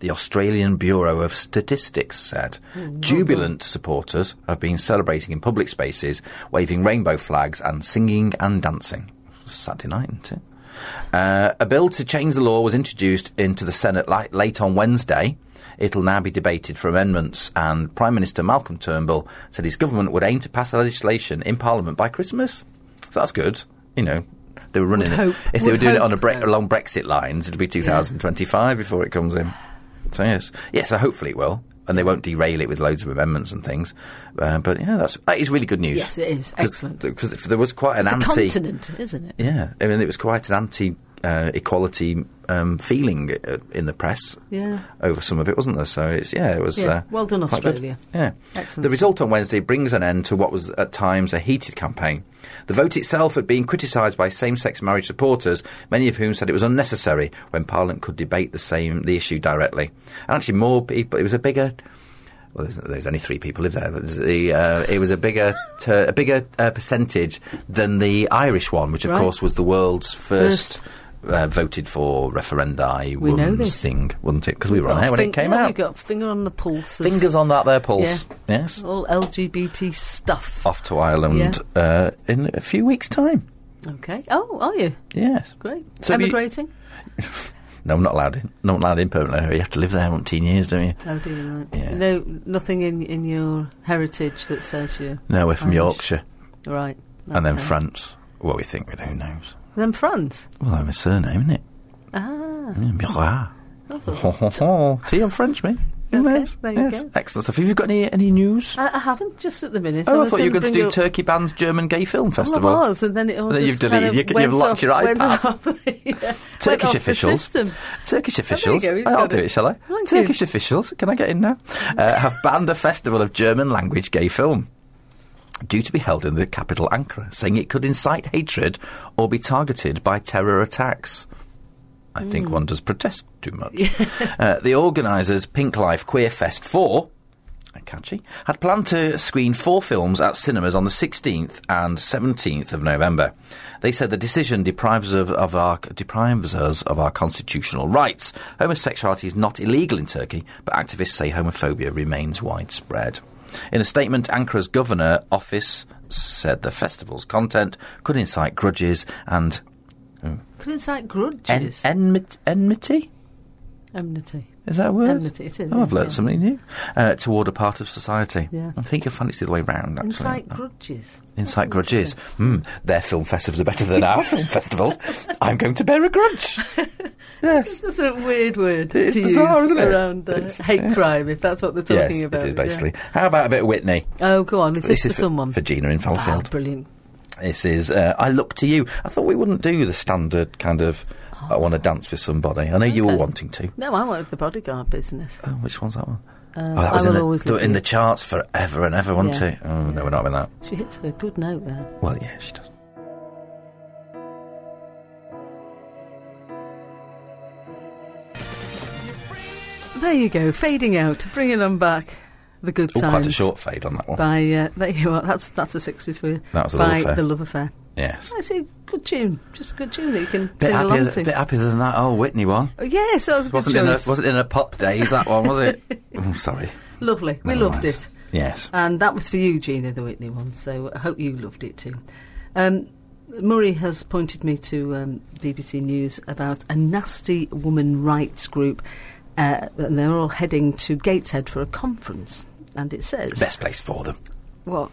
S1: The Australian Bureau of Statistics said
S2: Mm-hmm.
S1: jubilant supporters have been celebrating in public spaces, waving rainbow flags and singing and dancing. Saturday night, isn't it? Uh, a bill to change the law was introduced into the Senate li- late on Wednesday. It'll now be debated for amendments, and Prime Minister Malcolm Turnbull said his government would aim to pass legislation in Parliament by Christmas. So that's good. You know, they were running
S2: Would
S1: it.
S2: hope-
S1: If they were
S2: would
S1: doing it on a
S2: hope,
S1: bre-
S2: though.
S1: along Brexit lines, it'll be 2025 before it comes in. So yes, yes. So hopefully it will, and they won't derail it with loads of amendments and things. Uh, but yeah, that's that is really good news.
S2: Yes, it is. Excellent.
S1: Because there was quite an
S2: It's a
S1: anti.
S2: continent, isn't it?
S1: Yeah, I mean, it was quite an anti uh, equality um, feeling uh, in the press
S2: Yeah.
S1: over some of it, wasn't there? So it's yeah, it was.
S2: Yeah.
S1: Uh,
S2: Well done,
S1: quite good.
S2: Australia.
S1: Yeah,
S2: Excellent.
S1: The result on Wednesday brings an end to what was at times a heated campaign. The vote itself had been criticised by same-sex marriage supporters, many of whom said it was unnecessary when Parliament could debate the same the issue directly. And actually, more people. It was a bigger. Well, there's, there's only three people live there. But there's the, uh, it was a bigger, ter- a bigger uh, percentage than the Irish one, which of
S2: Right.
S1: course was the world's first, Uh, voted for referendi
S2: We know
S1: women's
S2: this. Oh,
S1: thing, wasn't it? Because we were on
S2: Got
S1: air when
S2: fing-
S1: it came
S2: yeah,
S1: out.
S2: You've got finger on the pulse. of
S1: Fingers on that there pulse.
S2: Yeah.
S1: Yes.
S2: All LGBT stuff.
S1: Off to Ireland uh, in a few weeks' time.
S2: Okay. Oh, are you?
S1: Yes.
S2: Great.
S1: So have you-
S2: Emigrating?
S1: No, I'm not allowed in. Not allowed in permanently. You have to live there 17 years, don't you?
S2: Oh, dear, right.
S1: Yeah.
S2: No, nothing in, in your heritage that says you.
S1: No, we're from
S2: Irish.
S1: Yorkshire
S2: Right.
S1: and then
S2: Oh, okay.
S1: France. Well, we think, but who knows?
S2: Then France.
S1: Well, I'm a surname, isn't it?
S2: Ah.
S1: Yeah, Murat. *laughs*
S2: lovely.
S1: See, I'm French, mate. Who
S2: Okay,
S1: knows?
S2: there you
S1: Yes.
S2: go.
S1: Excellent stuff. Have you got any any news?
S2: I, I haven't just at the minute.
S1: oh, I
S2: was
S1: thought you were
S2: gonna
S1: going to
S2: bring
S1: do
S2: up-
S1: Turkey Band's German Gay Film Festival.
S2: Well, I was, and then it all
S1: And then
S2: just
S1: you've deleted-
S2: kind of
S1: you can-
S2: went
S1: you've locked
S2: off-
S1: your
S2: went
S1: iPad.
S2: off- yeah, *laughs* went
S1: Turkish
S2: off the
S1: officials.
S2: system. Oh,
S1: Turkish officials.
S2: go, he's
S1: I'll
S2: got
S1: do
S2: it.
S1: it, shall I?
S2: Thank you.
S1: Turkish officials. Can I get in now?
S2: *laughs*
S1: Uh, have banned a festival of German language gay film. Due to be held in the capital Ankara, saying it could incite hatred or be targeted by terror attacks. I think
S2: Hmm.
S1: one does protest too
S2: *laughs*
S1: much. uh, the organisers, Pink Life Queer Fest 4, catchy, had planned to screen four films at cinemas on the 16th and 17th of November. They said the decision deprives, of, of our, deprives us of our constitutional rights. Homosexuality is not illegal in Turkey, but activists say homophobia remains widespread. In a statement, Ankara's governor office said the festival's content could incite grudges and
S2: Could incite
S1: en-
S2: grudges.
S1: enmit- enmity?
S2: Enmity.
S1: Is that a word?
S2: Enmity, it is,
S1: Oh, I've
S2: yeah,
S1: learnt
S2: yeah.
S1: something new. Uh, toward a part of society.
S2: Yeah.
S1: I think you'll find it's the other way round, actually.
S2: Incite grudges.
S1: Insight grudges. Mm, their film festivals are better than
S2: *laughs*
S1: our film festivals. I'm going to bear a grudge. Yes.
S2: That's a weird word
S1: It is
S2: to
S1: bizarre,
S2: use
S1: isn't it?
S2: around uh,
S1: It's-
S2: hate
S1: yeah.
S2: crime, if that's what they're *laughs* talking
S1: yes,
S2: about.
S1: it is
S2: yeah.
S1: basically. How about a bit of Whitney?
S2: Oh, go on. Is this, for someone?
S1: For Gina in
S2: Ah,
S1: Fallfield.
S2: brilliant.
S1: This is uh, I Look to You. I thought we wouldn't do the standard kind of I want to dance with somebody. I know you were
S2: Ah. Okay.
S1: wanting to.
S2: No, I wanted the bodyguard business.
S1: Oh, which one's that one?
S2: Um,
S1: oh, that
S2: I
S1: was in
S2: Will
S1: the,
S2: Always
S1: they were
S2: Love
S1: in
S2: You.
S1: the charts forever and ever, wasn't
S2: Yeah.
S1: it? Oh, no,
S2: Yeah.
S1: we're not having that.
S2: She hits a good note there.
S1: Well, yeah, she does.
S2: There you go, fading out, bringing on back the good
S1: Oh,
S2: times.
S1: quite a short fade on that one.
S2: By uh, there you are. That's that's a sixties for you.
S1: That was The Love
S2: by
S1: Affair.
S2: the love affair.
S1: Yes.
S2: That's a good tune. Just a good tune that you can
S1: Bit
S2: sing
S1: happier,
S2: along to.
S1: bit happier than that old Whitney one.
S2: Oh, yes, that was a good
S1: Wasn't in, a,
S2: choice.
S1: wasn't in a pop days, that one, was
S2: *laughs*
S1: it? oh, sorry.
S2: Lovely. We
S1: Never
S2: loved
S1: mind.
S2: it. Uh,
S1: Yes.
S2: And that was for you, Gina, the Whitney one. So I hope you loved it too. Um, Murray has pointed me to um, BBC News about a nasty woman rights group, uh, and they're all heading to Gateshead for a conference. And it says,
S1: Best place for them.
S2: "What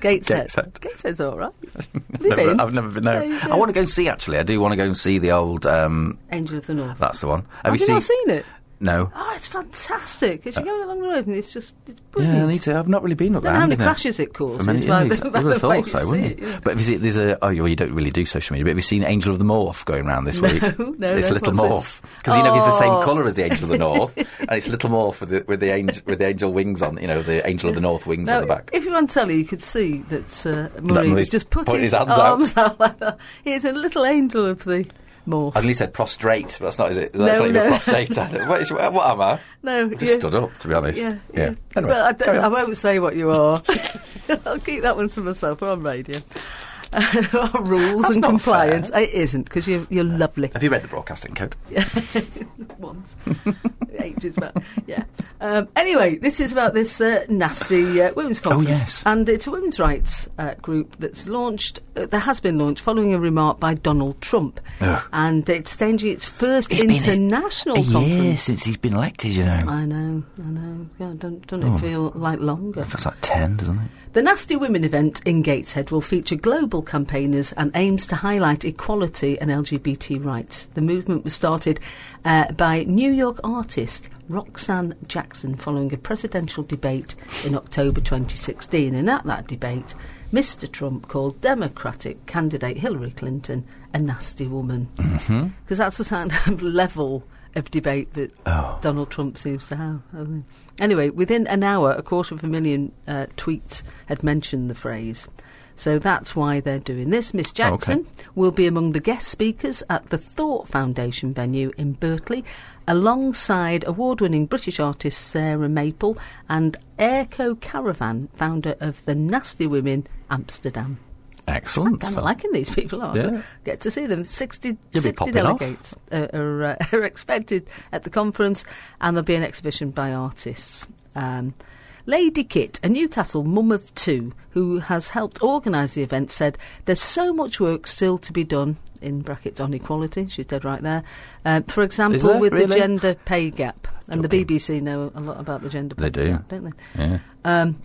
S2: Gateshead?
S1: Gateshead.
S2: Gateshead's all right. Have you
S1: Never-
S2: been?
S1: I've never been
S2: There
S1: there.
S2: you
S1: I
S2: go.
S1: want to go and see, actually. I do want to go and see the old. Um,
S2: Angel of the North.
S1: that's the one. Have, you
S2: Have Oh, you
S1: seen?
S2: not seen it?
S1: No.
S2: Oh, it's fantastic. It's you going along the road, and it's just it's brilliant.
S1: Yeah, I need to. I've not really been up
S2: Oh,
S1: there.
S2: Don't know how many
S1: haven't I?
S2: crashes it
S1: For
S2: causes.
S1: many
S2: *laughs* by the,
S1: years. You
S2: by
S1: would
S2: the
S1: have
S2: way
S1: thought
S2: you
S1: so,
S2: see
S1: wouldn't
S2: it,
S1: you?
S2: yeah.
S1: But have you seen, there's a. Oh, well, you don't really do social media, but have you seen Angel of the North going around this
S2: No,
S1: week?
S2: no,
S1: It's
S2: no,
S1: Little
S2: what's
S1: Morph.
S2: this?
S1: Because, you know, he's the same
S2: Oh.
S1: colour as the Angel of the North. and
S2: *laughs*
S1: it's Little Morph with the, with, the angel, with the angel wings on, you know, the Angel of the North wings on the back.
S2: If you were on telly, you could see that uh, Murray
S1: Murray's
S2: was just put
S1: putting
S2: his,
S1: his hands out.
S2: arms out. like that. He is a little angel of the morph.
S1: I nearly said prostrate, but that's not, is it? That's
S2: No,
S1: not even
S2: no.
S1: prostate. what, is, what am
S2: *laughs*
S1: I?
S2: no,
S1: I just
S2: yeah.
S1: stood up, to be honest.
S2: Yeah,
S1: yeah. Anyway,
S2: Well, I, don't-
S1: carry
S2: I
S1: on.
S2: won't say what you are. *laughs* I'll keep that one to myself. We're on radio. *laughs* Our rules
S1: That's
S2: and
S1: not
S2: compliance. It isn't because you're you're lovely.
S1: Have you read the broadcasting code?
S2: *laughs* once. Ages back. Yeah. Um, anyway, this is about this uh, nasty uh, women's conference.
S1: Oh, yes.
S2: And it's a women's rights uh, group that's launched, uh, that has been launched following a remark by Donald Trump.
S1: Ugh.
S2: And it's staging its first
S1: It's been a-
S2: international conference.
S1: Yeah, since he's been elected, you know.
S2: I know, I know. Yeah, don't, don't
S1: Oh.
S2: it feel like longer?
S1: Feels like 10, doesn't it?
S2: The Nasty Women event in Gateshead will feature global campaigners and aims to highlight equality and LGBT rights. The movement was started uh, by New York artist Roxanne Jackson following a presidential debate in October 2016. And at that debate, Mr. Trump called Democratic candidate Hillary Clinton a nasty woman. Because that's the *laughs* kind of level of debate that
S1: Oh.
S2: Donald Trump seems to have. hasn't he? Anyway, within an hour, a quarter of a million uh, tweets had mentioned the phrase. So that's why they're doing this. Miss
S1: okay.
S2: Jackson will be among the guest speakers at the Thought Foundation venue in Berkeley, alongside award winning British artist Sarah Maple and Airco Caravan, founder of the Nasty Women Amsterdam.
S1: Excellent.
S2: I'm liking these people, aren't I?
S1: Yeah.
S2: Get to see them. 60,
S1: You'll be
S2: 60
S1: popping off.
S2: delegates uh, are, uh, *laughs* are expected at the conference, and there'll be an exhibition by artists. Um, Lady Kit, a Newcastle mum of two who has helped organise the event, said, There's so much work still to be done, in brackets on equality, she's dead right there. Uh, for
S1: there?
S2: example, with the
S1: Really?
S2: gender pay gap. And
S1: Joking.
S2: the BBC know a lot about the gender pay
S1: They do.
S2: gap, don't they?
S1: Yeah.
S2: Um,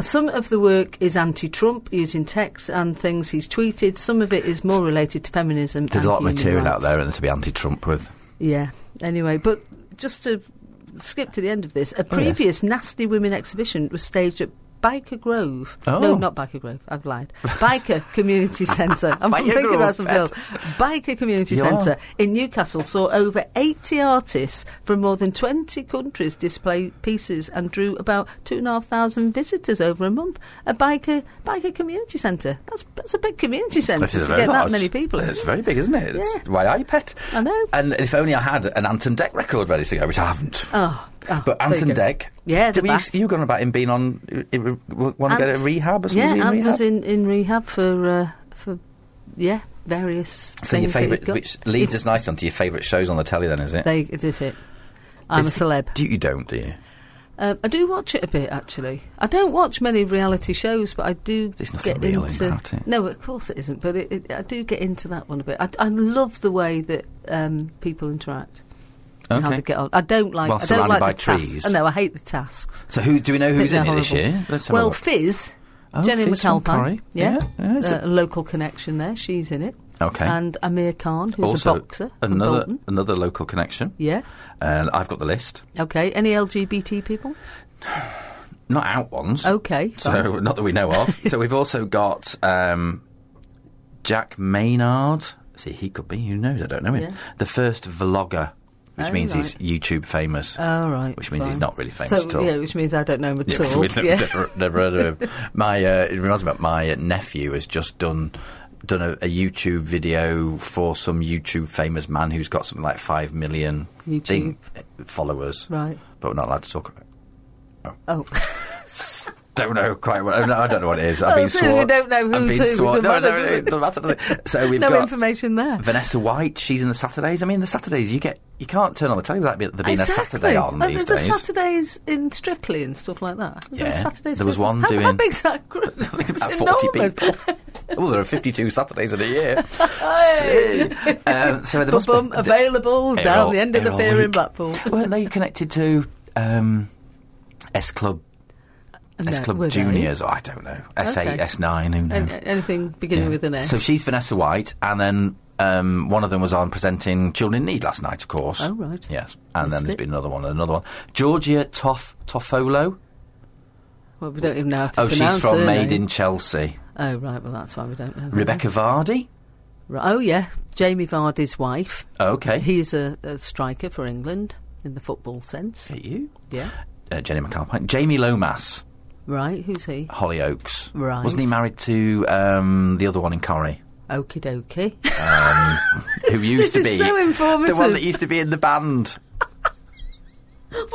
S2: some of the work is anti-Trump, using text and things he's tweeted. Some of it is more related to feminism.
S1: There's
S2: and
S1: a lot of
S2: human
S1: material out
S2: rights.
S1: there isn't there, to be anti Trump with.
S2: Yeah. Anyway, but just to skip to the end of this, a
S1: Oh, yes.
S2: previous Nasty Women exhibition was staged at Biker Grove.
S1: Oh.
S2: No, not Biker Grove. I've lied.
S1: *laughs*
S2: Biker Community Centre. I'm
S1: Biker
S2: thinking
S1: Grove,
S2: about something
S1: Ed.
S2: else. Biker Community
S1: You
S2: Centre
S1: are.
S2: in Newcastle saw over 80 artists from more than 20 countries display pieces and drew about 2,500 visitors over a month. A biker biker community centre. That's that's a big community centre
S1: This
S2: to
S1: is
S2: get
S1: very large.
S2: that many people. in.
S1: It's very big, isn't it? It's
S2: Yeah.
S1: why I pet.
S2: I know.
S1: And if only I had an Anton Deck record ready to go, which I haven't.
S2: Oh, oh,
S1: But
S2: there you
S1: Anton
S2: go.
S1: Deck. E
S2: Yeah,
S1: did
S2: they're
S1: we,
S2: back.
S1: you were going about him being on. uh, Want to get a
S2: Ant.
S1: rehab or something?
S2: Yeah,
S1: Is he in
S2: Ant
S1: rehab?
S2: was in, in rehab for uh, for yeah various.
S1: So your
S2: things that he'd
S1: favourite,
S2: got.
S1: which leads
S2: It's-
S1: us nice onto your favourite shows on the telly, then, is it?
S2: They did it. I'm
S1: Is
S2: a
S1: it-
S2: celeb.
S1: Do you don't? Do you?
S2: Um, I do watch it a bit actually. I don't watch many reality shows, but I do
S1: There's nothing
S2: get
S1: real
S2: into.
S1: about it.
S2: No, of course it isn't. But it, it, I do get into that one a bit. I, I love the way that um, people interact. and how
S1: Okay.
S2: they get on. I don't like.
S1: While
S2: I don't
S1: surrounded
S2: like
S1: by
S2: the
S1: trees.
S2: Tasks. Oh, I know. I hate the tasks.
S1: So who do we know
S2: I think
S1: who's in
S2: they're
S1: it this
S2: horrible.
S1: year? Let's have a
S2: well,
S1: look.
S2: Fizz,
S1: Oh,
S2: Jenny
S1: Fizz from
S2: McAlpine,
S1: Corrie.
S2: yeah, Uh,
S1: Yeah, yeah, is
S2: a local connection there. She's in it.
S1: Okay.
S2: and Amir Khan, who's
S1: also,
S2: a boxer from
S1: another
S2: Bolton.
S1: another local connection.
S2: Yeah.
S1: Uh, I've got the list.
S2: Okay. Any LGBT people?
S1: Not out ones.
S2: Okay. fine.
S1: So not that we know
S2: *laughs*
S1: of. so we've also got um, Jack Maynard. See, he could be. Who knows? I don't know him.
S2: Yeah.
S1: The first vlogger, which
S2: Oh,
S1: means
S2: right. Oh,
S1: he's YouTube famous.
S2: All right.
S1: Which means he's
S2: fine.
S1: not really famous
S2: so,
S1: at all.
S2: Yeah, which means I don't know him at
S1: Yeah, *laughs*
S2: all.
S1: we've never,
S2: yeah.
S1: never, never heard of him. My, uh, it reminds me about my uh, nephew has just done done a, a YouTube video for some YouTube famous man who's got something like five million
S2: YouTube.
S1: thing, uh, followers,
S2: *laughs* Right.
S1: but we're not allowed to talk about. it.
S2: Oh,
S1: Don't know quite what I don't know- I don't know what it is.
S2: *laughs*
S1: I've
S2: Oh,
S1: been
S2: as soon as
S1: sworn.
S2: we don't know
S1: I've
S2: who's
S1: been
S2: who, it
S1: sworn- No,
S2: doesn't
S1: no,
S2: matter, does
S1: it doesn't matter, does
S2: *laughs*
S1: it? So we've
S2: *laughs* no
S1: got
S2: information there.
S1: Vanessa White. She's in the Saturdays. I mean, the Saturdays you get you can't turn on the telly without there being
S2: exactly.
S1: a Saturday on
S2: and
S1: these
S2: there's
S1: days.
S2: The Saturdays in Strictly and stuff like that. Is there a
S1: Yeah.
S2: Saturdays
S1: There was
S2: person?
S1: one
S2: how, How
S1: doing-
S2: big's that group?
S1: *laughs*
S2: It's
S1: about 40
S2: enormous. *laughs*
S1: people. well, there are 52 Saturdays in a year. See. Um, so there must be-
S2: Bum, available
S1: They're
S2: down
S1: all-
S2: the end of the
S1: they're all
S2: pier in
S1: weak.
S2: Blackpool.
S1: Weren't they connected to um, S Club, S
S2: No,
S1: Club
S2: were they?
S1: Juniors? Or I don't know. S8,
S2: Okay.
S1: S9, who knows?
S2: An- anything beginning
S1: Yeah.
S2: with an S.
S1: So she's Vanessa White, and then um, one of them was on presenting Children in Need last night, of course.
S2: Oh, right.
S1: Yes. And
S2: Missed
S1: then there's
S2: it.
S1: been another one, and another one. Georgia Toff Toffolo.
S2: well, we don't even know how to
S1: Oh,
S2: pronounce
S1: she's from
S2: her
S1: Made
S2: name.
S1: in Chelsea.
S2: Oh, right. Well, that's why we don't know. her
S1: Rebecca Vardy.
S2: name. Right. Oh, yeah. Jamie Vardy's wife.
S1: Okay.
S2: He's a, a striker for England in the football sense.
S1: At you.
S2: Yeah.
S1: Uh, Jenny McAlpine. Jamie Lomas.
S2: Right. Who's he?
S1: Hollyoaks.
S2: Right.
S1: Wasn't he married to um, the other one in Corrie?
S2: Okie dokie.
S1: Who used
S2: *laughs*
S1: to
S2: This
S1: be
S2: is so
S1: the
S2: informative.
S1: one
S2: *laughs*
S1: that used to be in the band. *laughs*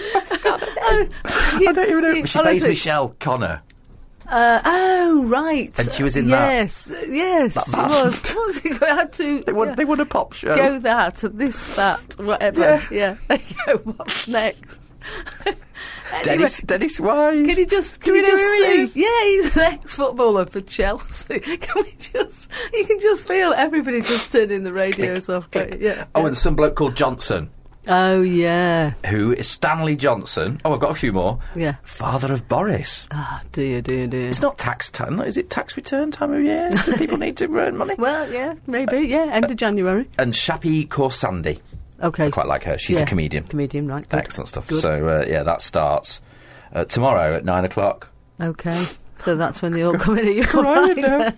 S2: *laughs* I don't even know.
S1: She plays Michelle Connor.
S2: Uh, oh right,
S1: And she was in that-
S2: yes, that. Yes, yes,
S1: that
S2: she
S1: band.
S2: was. *laughs* What was it? I had to
S1: They won,
S2: yeah,
S1: they won a pop show.
S2: go that this that whatever. Yeah, *laughs* there you go. What's next? *laughs* anyway,
S1: Dennis, Dennis Wise.
S2: can you just can
S1: we
S2: you
S1: know
S2: just
S1: who he
S2: see? *laughs* Yeah, he's an ex-footballer for Chelsea. *laughs* Can we just? You can just feel everybody just turning the radios off. can't you? Yeah.
S1: Oh, and some bloke called Johnson,
S2: Oh yeah.
S1: who is Stanley Johnson. Oh, I've got a few more.
S2: Yeah.
S1: Father of Boris.
S2: Ah dear, dear, dear.
S1: It's not tax time. Is it tax return time of year? Do
S2: *laughs*
S1: people need to earn money?
S2: Well, yeah, maybe. Yeah, end of January.
S1: And Shappy Corsandi.
S2: Okay.
S1: Quite like her. She's a comedian.
S2: Comedian, right? Good.
S1: Excellent stuff.
S2: Good.
S1: So, uh, yeah, that starts uh, tomorrow at nine o'clock.
S2: Okay. So that's when
S1: *laughs*
S2: they all come in at you.
S1: Right,
S2: *laughs*
S1: yeah.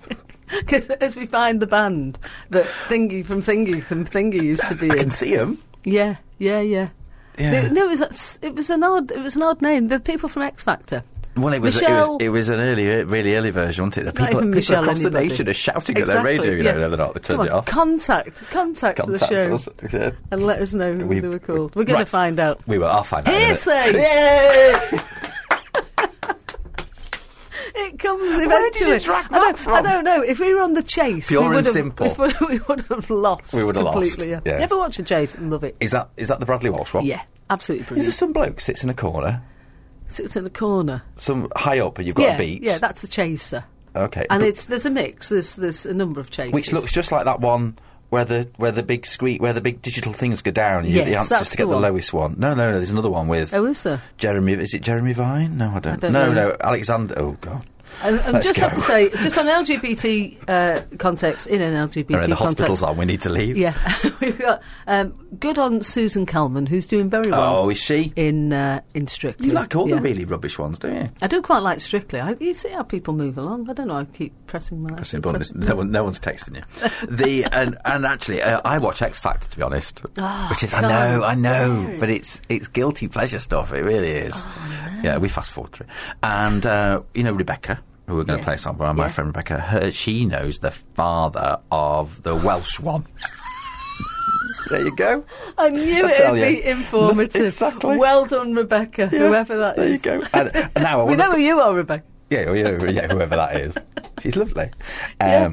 S2: Because as we find the band that Thingy from Thingy from Thingy used to be
S1: I
S2: in.
S1: can see him.
S2: Yeah, yeah, yeah.
S1: Yeah.
S2: They- no, it was, it was an odd, it was an odd name. The people from X Factor.
S1: Well, it was, it
S2: Michelle-
S1: was it was an early, e, really early version, wasn't it? The
S2: Not
S1: people,
S2: even
S1: people
S2: Michelle
S1: across
S2: anybody.
S1: the nation are shouting at
S2: exactly,
S1: their radio. You
S2: yeah.
S1: know, they're not. They turned
S2: Come on,
S1: it off.
S2: Contact, contact,
S1: Contact
S2: the show,
S1: us. Yeah.
S2: and let us know who
S1: We-
S2: they were
S1: we-
S2: called. We're going
S1: right.
S2: to find out.
S1: We were. I'll find out. in a minute.
S2: Hearsay.
S1: Yay!
S2: It comes eventually.
S1: Where did you drag
S2: I,
S1: that
S2: don't,
S1: from?
S2: I don't know. If we were on the chase,
S1: Pure
S2: we would
S1: and
S2: have,
S1: simple.
S2: *laughs* We would, we would have lost.
S1: We would have lost,
S2: completely. Yeah.
S1: yes.
S2: You ever watch a chase and love it?
S1: Is that is that the Bradley Walsh one?
S2: yeah, absolutely
S1: Is
S2: brilliant.
S1: there some bloke sits in a corner,
S2: Sits in a corner.
S1: some high up, and you've got
S2: yeah,
S1: a beat?
S2: yeah, that's the chaser.
S1: okay.
S2: And
S1: but-
S2: it's there's a mix. There's there's a number of chases.
S1: which looks just like that one where the where the big screen where the big digital things go down. You, the
S2: Yes,
S1: answer's
S2: that's
S1: to get
S2: the
S1: the,
S2: one.
S1: lowest one. No, no, no. There's another one with
S2: Oh, is there?
S1: Jeremy. Is it Jeremy Vine? No, I don't.
S2: don't
S1: no,
S2: know.
S1: no. Alexander. Oh God.
S2: I, I
S1: Let's
S2: just have
S1: go.
S2: to say, just on LGBT uh, context, in an LGBT
S1: All right, the
S2: context,
S1: hospital's on. We need to leave.
S2: yeah, *laughs* we've got um, good on Susan Kalman, who's doing very well
S1: Oh, is she?
S2: in uh, in Strictly.
S1: You like all
S2: Yeah.
S1: the really rubbish ones, don't you?
S2: I do quite like Strictly. I, you see how people move along. I don't know. I keep pressing my.
S1: Pressing the button. *laughs* It's- No, one, no one's texting you. The and, and actually, uh, I watch X Factor to be honest,
S2: Ah,
S1: which is I
S2: God.
S1: know, I know, but it's it's guilty pleasure stuff. It really is.
S2: Oh,
S1: Yeah, we fast forward through, it. and uh, you know Rebecca, who we're going to
S2: Yes.
S1: play a song for, my
S2: Yeah.
S1: friend Rebecca. Her, she knows the father of the Welsh
S2: *laughs*
S1: one. there you go.
S2: I knew
S1: I
S2: it
S1: tell
S2: would
S1: you.
S2: be informative.
S1: Exactly.
S2: Well done, Rebecca. Whoever that
S1: there
S2: is.
S1: you go. And, and now I
S2: *laughs* We
S1: want
S2: know who you are, Rebecca.
S1: Yeah, well, yeah, yeah, whoever that is. She's lovely. Um,
S2: *laughs* Yeah.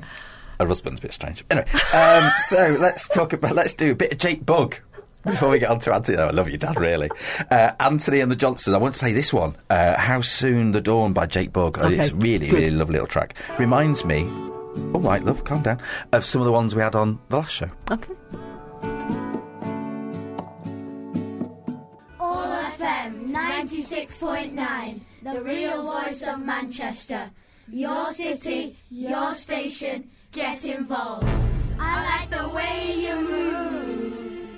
S1: Her husband's a bit strange. Anyway, um, so let's talk about, let's do a bit of Jake Bug before we get on to Anthony. Oh, I love you, Dad, really. Uh, Anthony and the Johnsons. I want to play this one, uh, How Soon the Dawn by Jake Bug. Uh, It's
S2: Okay,
S1: really,
S2: good.
S1: really lovely little track. Reminds me, all right, love, calm down, of some of the ones we had on the last show.
S2: Okay.
S4: 96.9, the real voice of Manchester. Your city, your station, get involved. I like the way you move.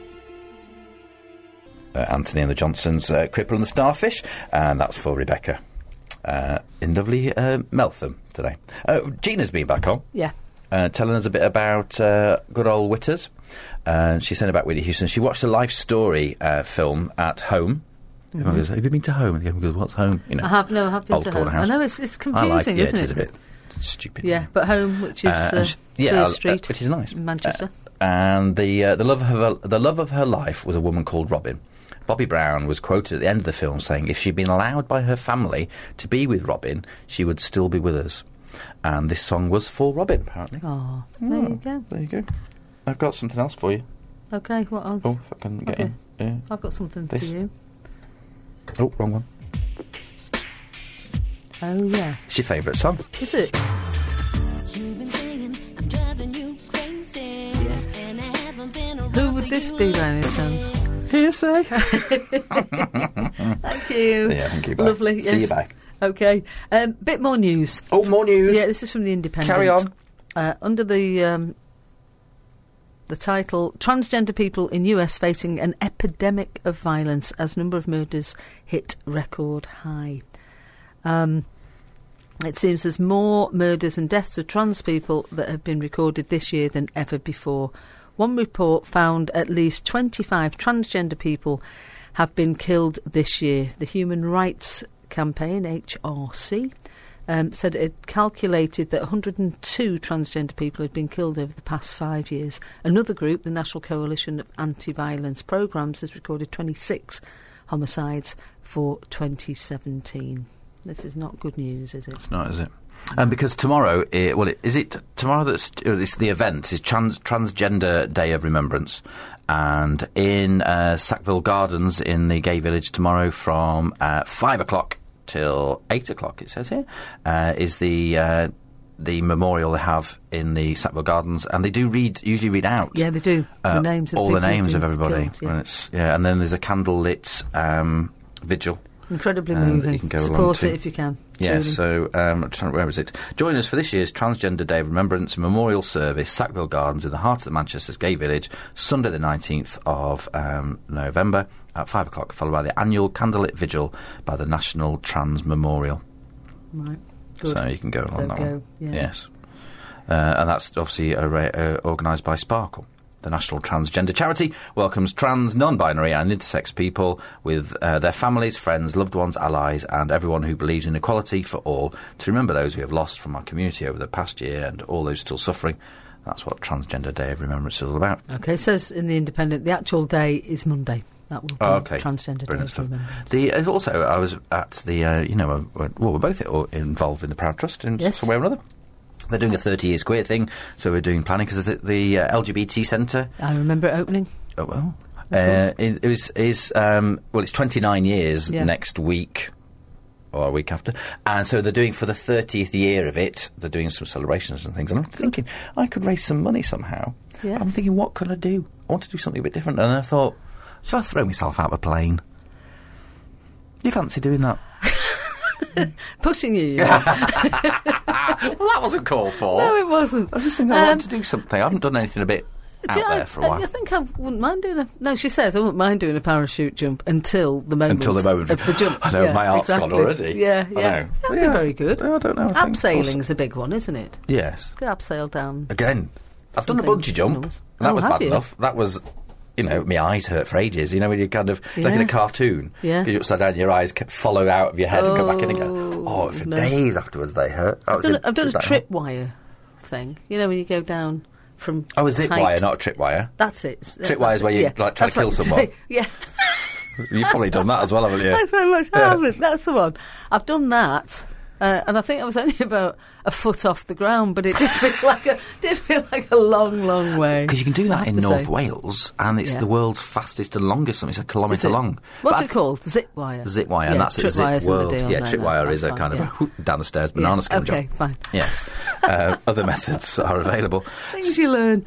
S1: Uh, Anthony and the Johnsons, uh, Cripple and the Starfish, and that's for Rebecca uh, in lovely uh, Meltham today. Uh, Gina's been back on.
S2: Yeah.
S1: uh, telling us a bit about uh, good old Witters. Uh, she sent about Whitney Houston. She watched a life story uh, film at home. Everyone goes, Have you been to home? And everyone goes, What's home? You know,
S2: I have no. I have been
S1: old
S2: to
S1: corner
S2: home.
S1: house.
S2: I know it's it's
S1: I
S2: confusing,
S1: like, yeah,
S2: isn't it?
S1: it is a bit stupid.
S2: Yeah, but home, which is
S1: Uh,
S2: uh,
S1: and she- yeah,
S2: First
S1: uh, uh,
S2: Street,
S1: which is nice,
S2: in Manchester.
S1: Uh, and the uh, the love of her the love of her life was a woman called Robin. Bobby Brown was quoted at the end of the film saying, "If she'd been allowed by her family to be with Robin, she would still be with us." And this song was for Robin, apparently.
S2: oh, there you go.
S1: There you go. I've got something else for you.
S2: Okay, what else?
S1: Oh, if I can get
S2: Okay.
S1: in. Yeah.
S2: I've got something
S1: This.
S2: for you.
S1: Oh, wrong one.
S2: Oh yeah,
S1: It's your favourite song.
S2: is it?
S5: You've been singing, I'm driving you crazy. And I haven't been around
S2: Who would this be, by any chance?
S1: Hearsay. *laughs*
S2: *laughs* Thank you.
S1: Yeah, thank you. Bye.
S2: Lovely.
S1: See you
S2: yes.
S1: back.
S2: Okay, um, bit more news.
S1: Oh, more news.
S2: Yeah, this is from the Independent.
S1: Carry on.
S2: Uh, under the um, the title, transgender people in US facing an epidemic of violence as number of murders hit record high. Um, it seems there's more murders and deaths of trans people that have been recorded this year than ever before. One report found at least 25 transgender people have been killed this year. The Human Rights Campaign, HRC, um, said it had calculated that 102 transgender people had been killed over the past five years. Another group, the National Coalition of Anti Violence Programmes, has recorded 26 homicides for 2017. This is not good news, is it?
S1: No, is it? And because tomorrow, i well, it, is it tomorrow that's uh, it's the event? It's trans, Transgender Day of Remembrance, and in uh, Sackville Gardens in the Gay Village tomorrow from uh, five o'clock till eight o'clock. It says here uh, is the uh, the memorial they have in the Sackville Gardens, and they do read usually read out.
S2: Yeah, they do.
S1: uh,
S2: the names of
S1: all
S2: people
S1: the
S2: who've
S1: names of
S2: been
S1: everybody.
S2: killed, yeah.
S1: and it's, yeah, and then there's a candlelit um, vigil.
S2: Incredibly
S1: um, that you
S2: moving.
S1: can go along
S2: Support
S1: to.
S2: it if you can.
S1: Yeah,
S2: truly.
S1: so um, I'm trying- where is it? Join us for this year's Transgender Day of Remembrance Memorial Service, Sackville Gardens, in the heart of the Manchester's Gay Village, Sunday the 19th of um, November at 5 o'clock, followed by the annual candlelit vigil by the National Trans Memorial.
S2: Right. Good.
S1: So you can go along
S2: So
S1: that
S2: go,
S1: one.
S2: yeah.
S1: Yes. Uh, and that's obviously a ra- uh, organised by Sparkle. The National Transgender Charity welcomes trans, non binary, and intersex people with uh, their families, friends, loved ones, allies, and everyone who believes in equality for all to remember those we have lost from our community over the past year and all those still suffering. That's what Transgender Day of Remembrance is all about.
S2: okay, it says in the Independent, the actual day is Monday. That will be
S1: Oh, okay.
S2: Transgender
S1: Brilliant
S2: Day.
S1: stuff.
S2: of Remembrance.
S1: The, uh, also, I was at the, uh, you know, uh, uh, well, we're both uh, involved in the Proud Trust in
S2: Yes.
S1: some way or another. They're doing a 30 years queer thing, so we're doing planning because the, the uh, LGBT Centre,
S2: I remember it opening.
S1: oh well,
S2: course.
S1: uh, it, it was, is, um, well, it's 29 years
S2: Yeah.
S1: next week or a week after. And so they're doing, for the 30th year of it, they're doing some celebrations and things. And I'm thinking, I could raise some money somehow.
S2: Yes.
S1: I'm thinking, what can I do? I want to do something a bit different. And I thought, shall I throw myself out of a plane? Do you fancy doing that? *laughs*
S2: Pushing you. you know.
S1: Well, that wasn't called for.
S2: no, it wasn't.
S1: I was just thinking, I
S2: Um,
S1: want to do something. I haven't done anything a bit out
S2: Do you- I-
S1: there for a
S2: I-
S1: while.
S2: I think I wouldn't mind doing a. No, she says I wouldn't mind doing a parachute jump until the moment.
S1: Until the moment *laughs*
S2: of the jump.
S1: I know
S2: Yeah,
S1: my heart's
S2: exactly.
S1: gone already.
S2: Yeah,
S1: I
S2: yeah.
S1: know.
S2: That'd
S1: Yeah,
S2: be very good.
S1: I don't know. I think-
S2: Absailing's a big one, isn't it?
S1: Yes.
S2: Could abseil down.
S1: Again, I've done a
S2: Something
S1: bungee jump.
S2: enormous.
S1: and that
S2: Oh,
S1: was
S2: have
S1: bad
S2: you?
S1: enough. That was, you know, my eyes hurt for ages. You know, when you kind of like in
S2: Yeah.
S1: a cartoon,
S2: Yeah.
S1: you're upside down, your eyes ca- follow out of your head and come back in again.
S2: Oh,
S1: Oh, for
S2: no.
S1: days afterwards they hurt. That
S2: I've
S1: was
S2: done,
S1: in-
S2: a- I've done
S1: did
S2: a
S1: that
S2: trip
S1: help?
S2: wire thing. You know when you go down from
S1: Oh, a zip
S2: height.
S1: wire, not a trip wire.
S2: That's it. S-
S1: Trip
S2: that's
S1: wires
S2: it,
S1: where you,
S2: yeah.
S1: like, try to
S2: That's
S1: kill
S2: what-
S1: someone.
S2: *laughs* yeah, *laughs*
S1: You've probably done that as well, haven't you?
S2: thanks very much.
S1: Yeah.
S2: Alvin. That's the one. I've done that. Uh, and I think I was only *laughs* about a foot off the ground, but it did feel *laughs* like a did feel like a long, long way.
S1: Because you can do
S2: I
S1: that
S2: have
S1: in
S2: to
S1: North
S2: say.
S1: Wales, and it's
S2: Yeah.
S1: the world's fastest and longest. Something. It's a
S2: Is
S1: kilometre
S2: it-
S1: long.
S2: What's
S1: But
S2: it called? Zip wire.
S1: Zip wire, and that's it. Zip
S2: Tripwire's in the
S1: world.
S2: deal,
S1: yeah,
S2: no, no,
S1: tripwire
S2: that's
S1: is a
S2: fine,
S1: kind of
S2: yeah.
S1: a whoop, *laughs* down the stairs banana skin
S2: Okay,
S1: job.
S2: fine. *laughs*
S1: Yes. uh, other methods are available.
S2: Things you learn.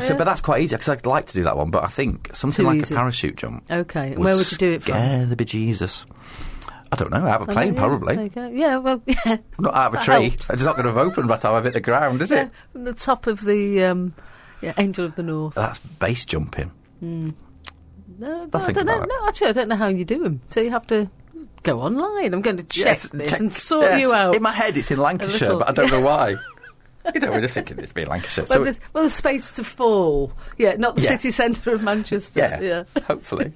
S1: So, but that's quite easy because I'd like to do that one. But I think something
S2: Too
S1: like
S2: easy.
S1: a parachute jump.
S2: Okay, and where would you do it from?
S1: Scare the bejesus. I don't know. Out of a plane,
S2: yeah,
S1: probably.
S2: there you go. Yeah, well, *laughs* yeah.
S1: Not out of a
S2: That
S1: tree.
S2: helps.
S1: It's not going to have opened by the time I've hit the ground, is
S2: yeah.
S1: it?
S2: From the top of the um, yeah, Angel of the North.
S1: That's base jumping.
S2: No,
S1: I
S2: I
S1: think
S2: don't know.
S1: about it.
S2: No, actually, I don't know how you do them. So you have to go online. I'm going to check
S1: Yes,
S2: this
S1: check-
S2: and sort
S1: yes.
S2: you out.
S1: In my head, it's in Lancashire,
S2: little-
S1: but I don't
S2: *laughs*
S1: know why. you know, we're just thinking it's been Lancashire.
S2: well,
S1: So
S2: there's, well, there's space to fall. Yeah, not the
S1: Yeah.
S2: city centre of Manchester.
S1: yeah, hopefully.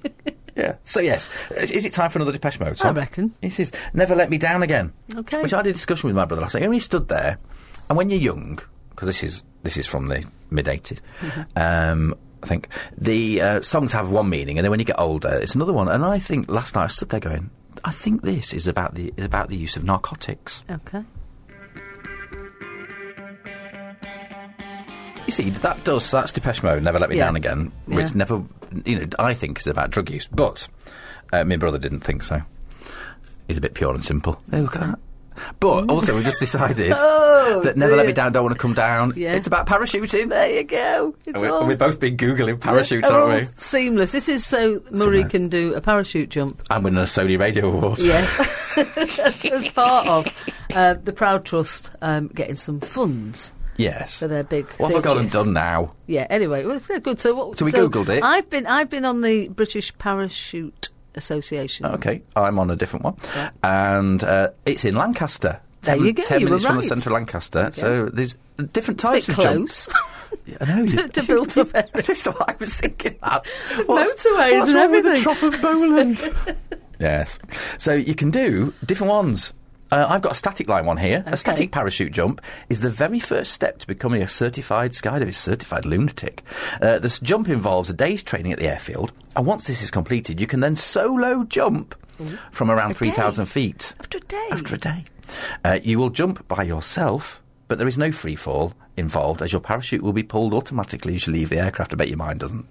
S1: Yeah. So yes, Uh, is it time for another Depeche Mode
S2: I
S1: song?
S2: reckon.
S1: It is. Never let me down again.
S2: Okay.
S1: Which I had a discussion with my brother last night. And he stood there, and when you're young, because this is this is from the mid '80s,
S2: Mm-hmm.
S1: um, I think the uh, songs have one meaning, and then when you get older, it's another one. And I think last night I stood there going, I think this is about the is about the use of narcotics.
S2: *laughs* Okay.
S1: You see, that does that's Depeche Mode. Never let me
S2: Yeah.
S1: down again, which
S2: Yeah.
S1: never, you know, I think is about drug use, but uh, my brother didn't think so. He's a bit pure and simple. Hey, look at that. But also, we just decided
S2: *laughs* Oh,
S1: that never let me
S2: dear.
S1: down, don't want to come down.
S2: Yeah.
S1: It's about parachuting.
S2: There you go. It's
S1: And we,
S2: all Oh.
S1: and we've both been googling parachutes,
S2: they're all
S1: aren't we?
S2: Seamless. This is so Murray
S1: Seamless.
S2: can do a parachute jump.
S1: And winning a Sony Radio Award.
S2: Yes, *laughs* as part of uh, the Proud Trust um, getting some funds
S1: Yes.
S2: for their big.
S1: What have I gone
S2: 30th.
S1: and done now?
S2: Yeah. Anyway, it was good. So, what,
S1: So we Googled it.
S2: I've been I've been on the British Parachute Association.
S1: Okay, I'm on a different one,
S2: Yeah.
S1: and uh, it's in Lancaster.
S2: There
S1: ten,
S2: you go,
S1: Ten
S2: you were
S1: minutes from the
S2: right.
S1: centre of Lancaster. So there's different types
S2: It's a bit
S1: of jumps.
S2: close. *laughs*
S1: I know.
S2: to- to build up area.
S1: *laughs* That's what I was thinking
S2: *laughs*
S1: that.
S2: motorways
S1: what's
S2: and
S1: wrong with the
S2: everything.
S1: trough of Bowland? yes. So you can do different ones. Uh, I've got a static line one here.
S2: Okay.
S1: A static parachute jump is the very first step to becoming a certified skydiver, certified lunatic. Uh, this jump involves a day's training at the airfield, and once this is completed, you can then solo jump from around
S2: A day?
S1: 3,000 feet
S2: After a day.
S1: after a day. Uh, you will jump by yourself, but there is no free fall involved as your parachute will be pulled automatically as you leave the aircraft. I bet your mine doesn't.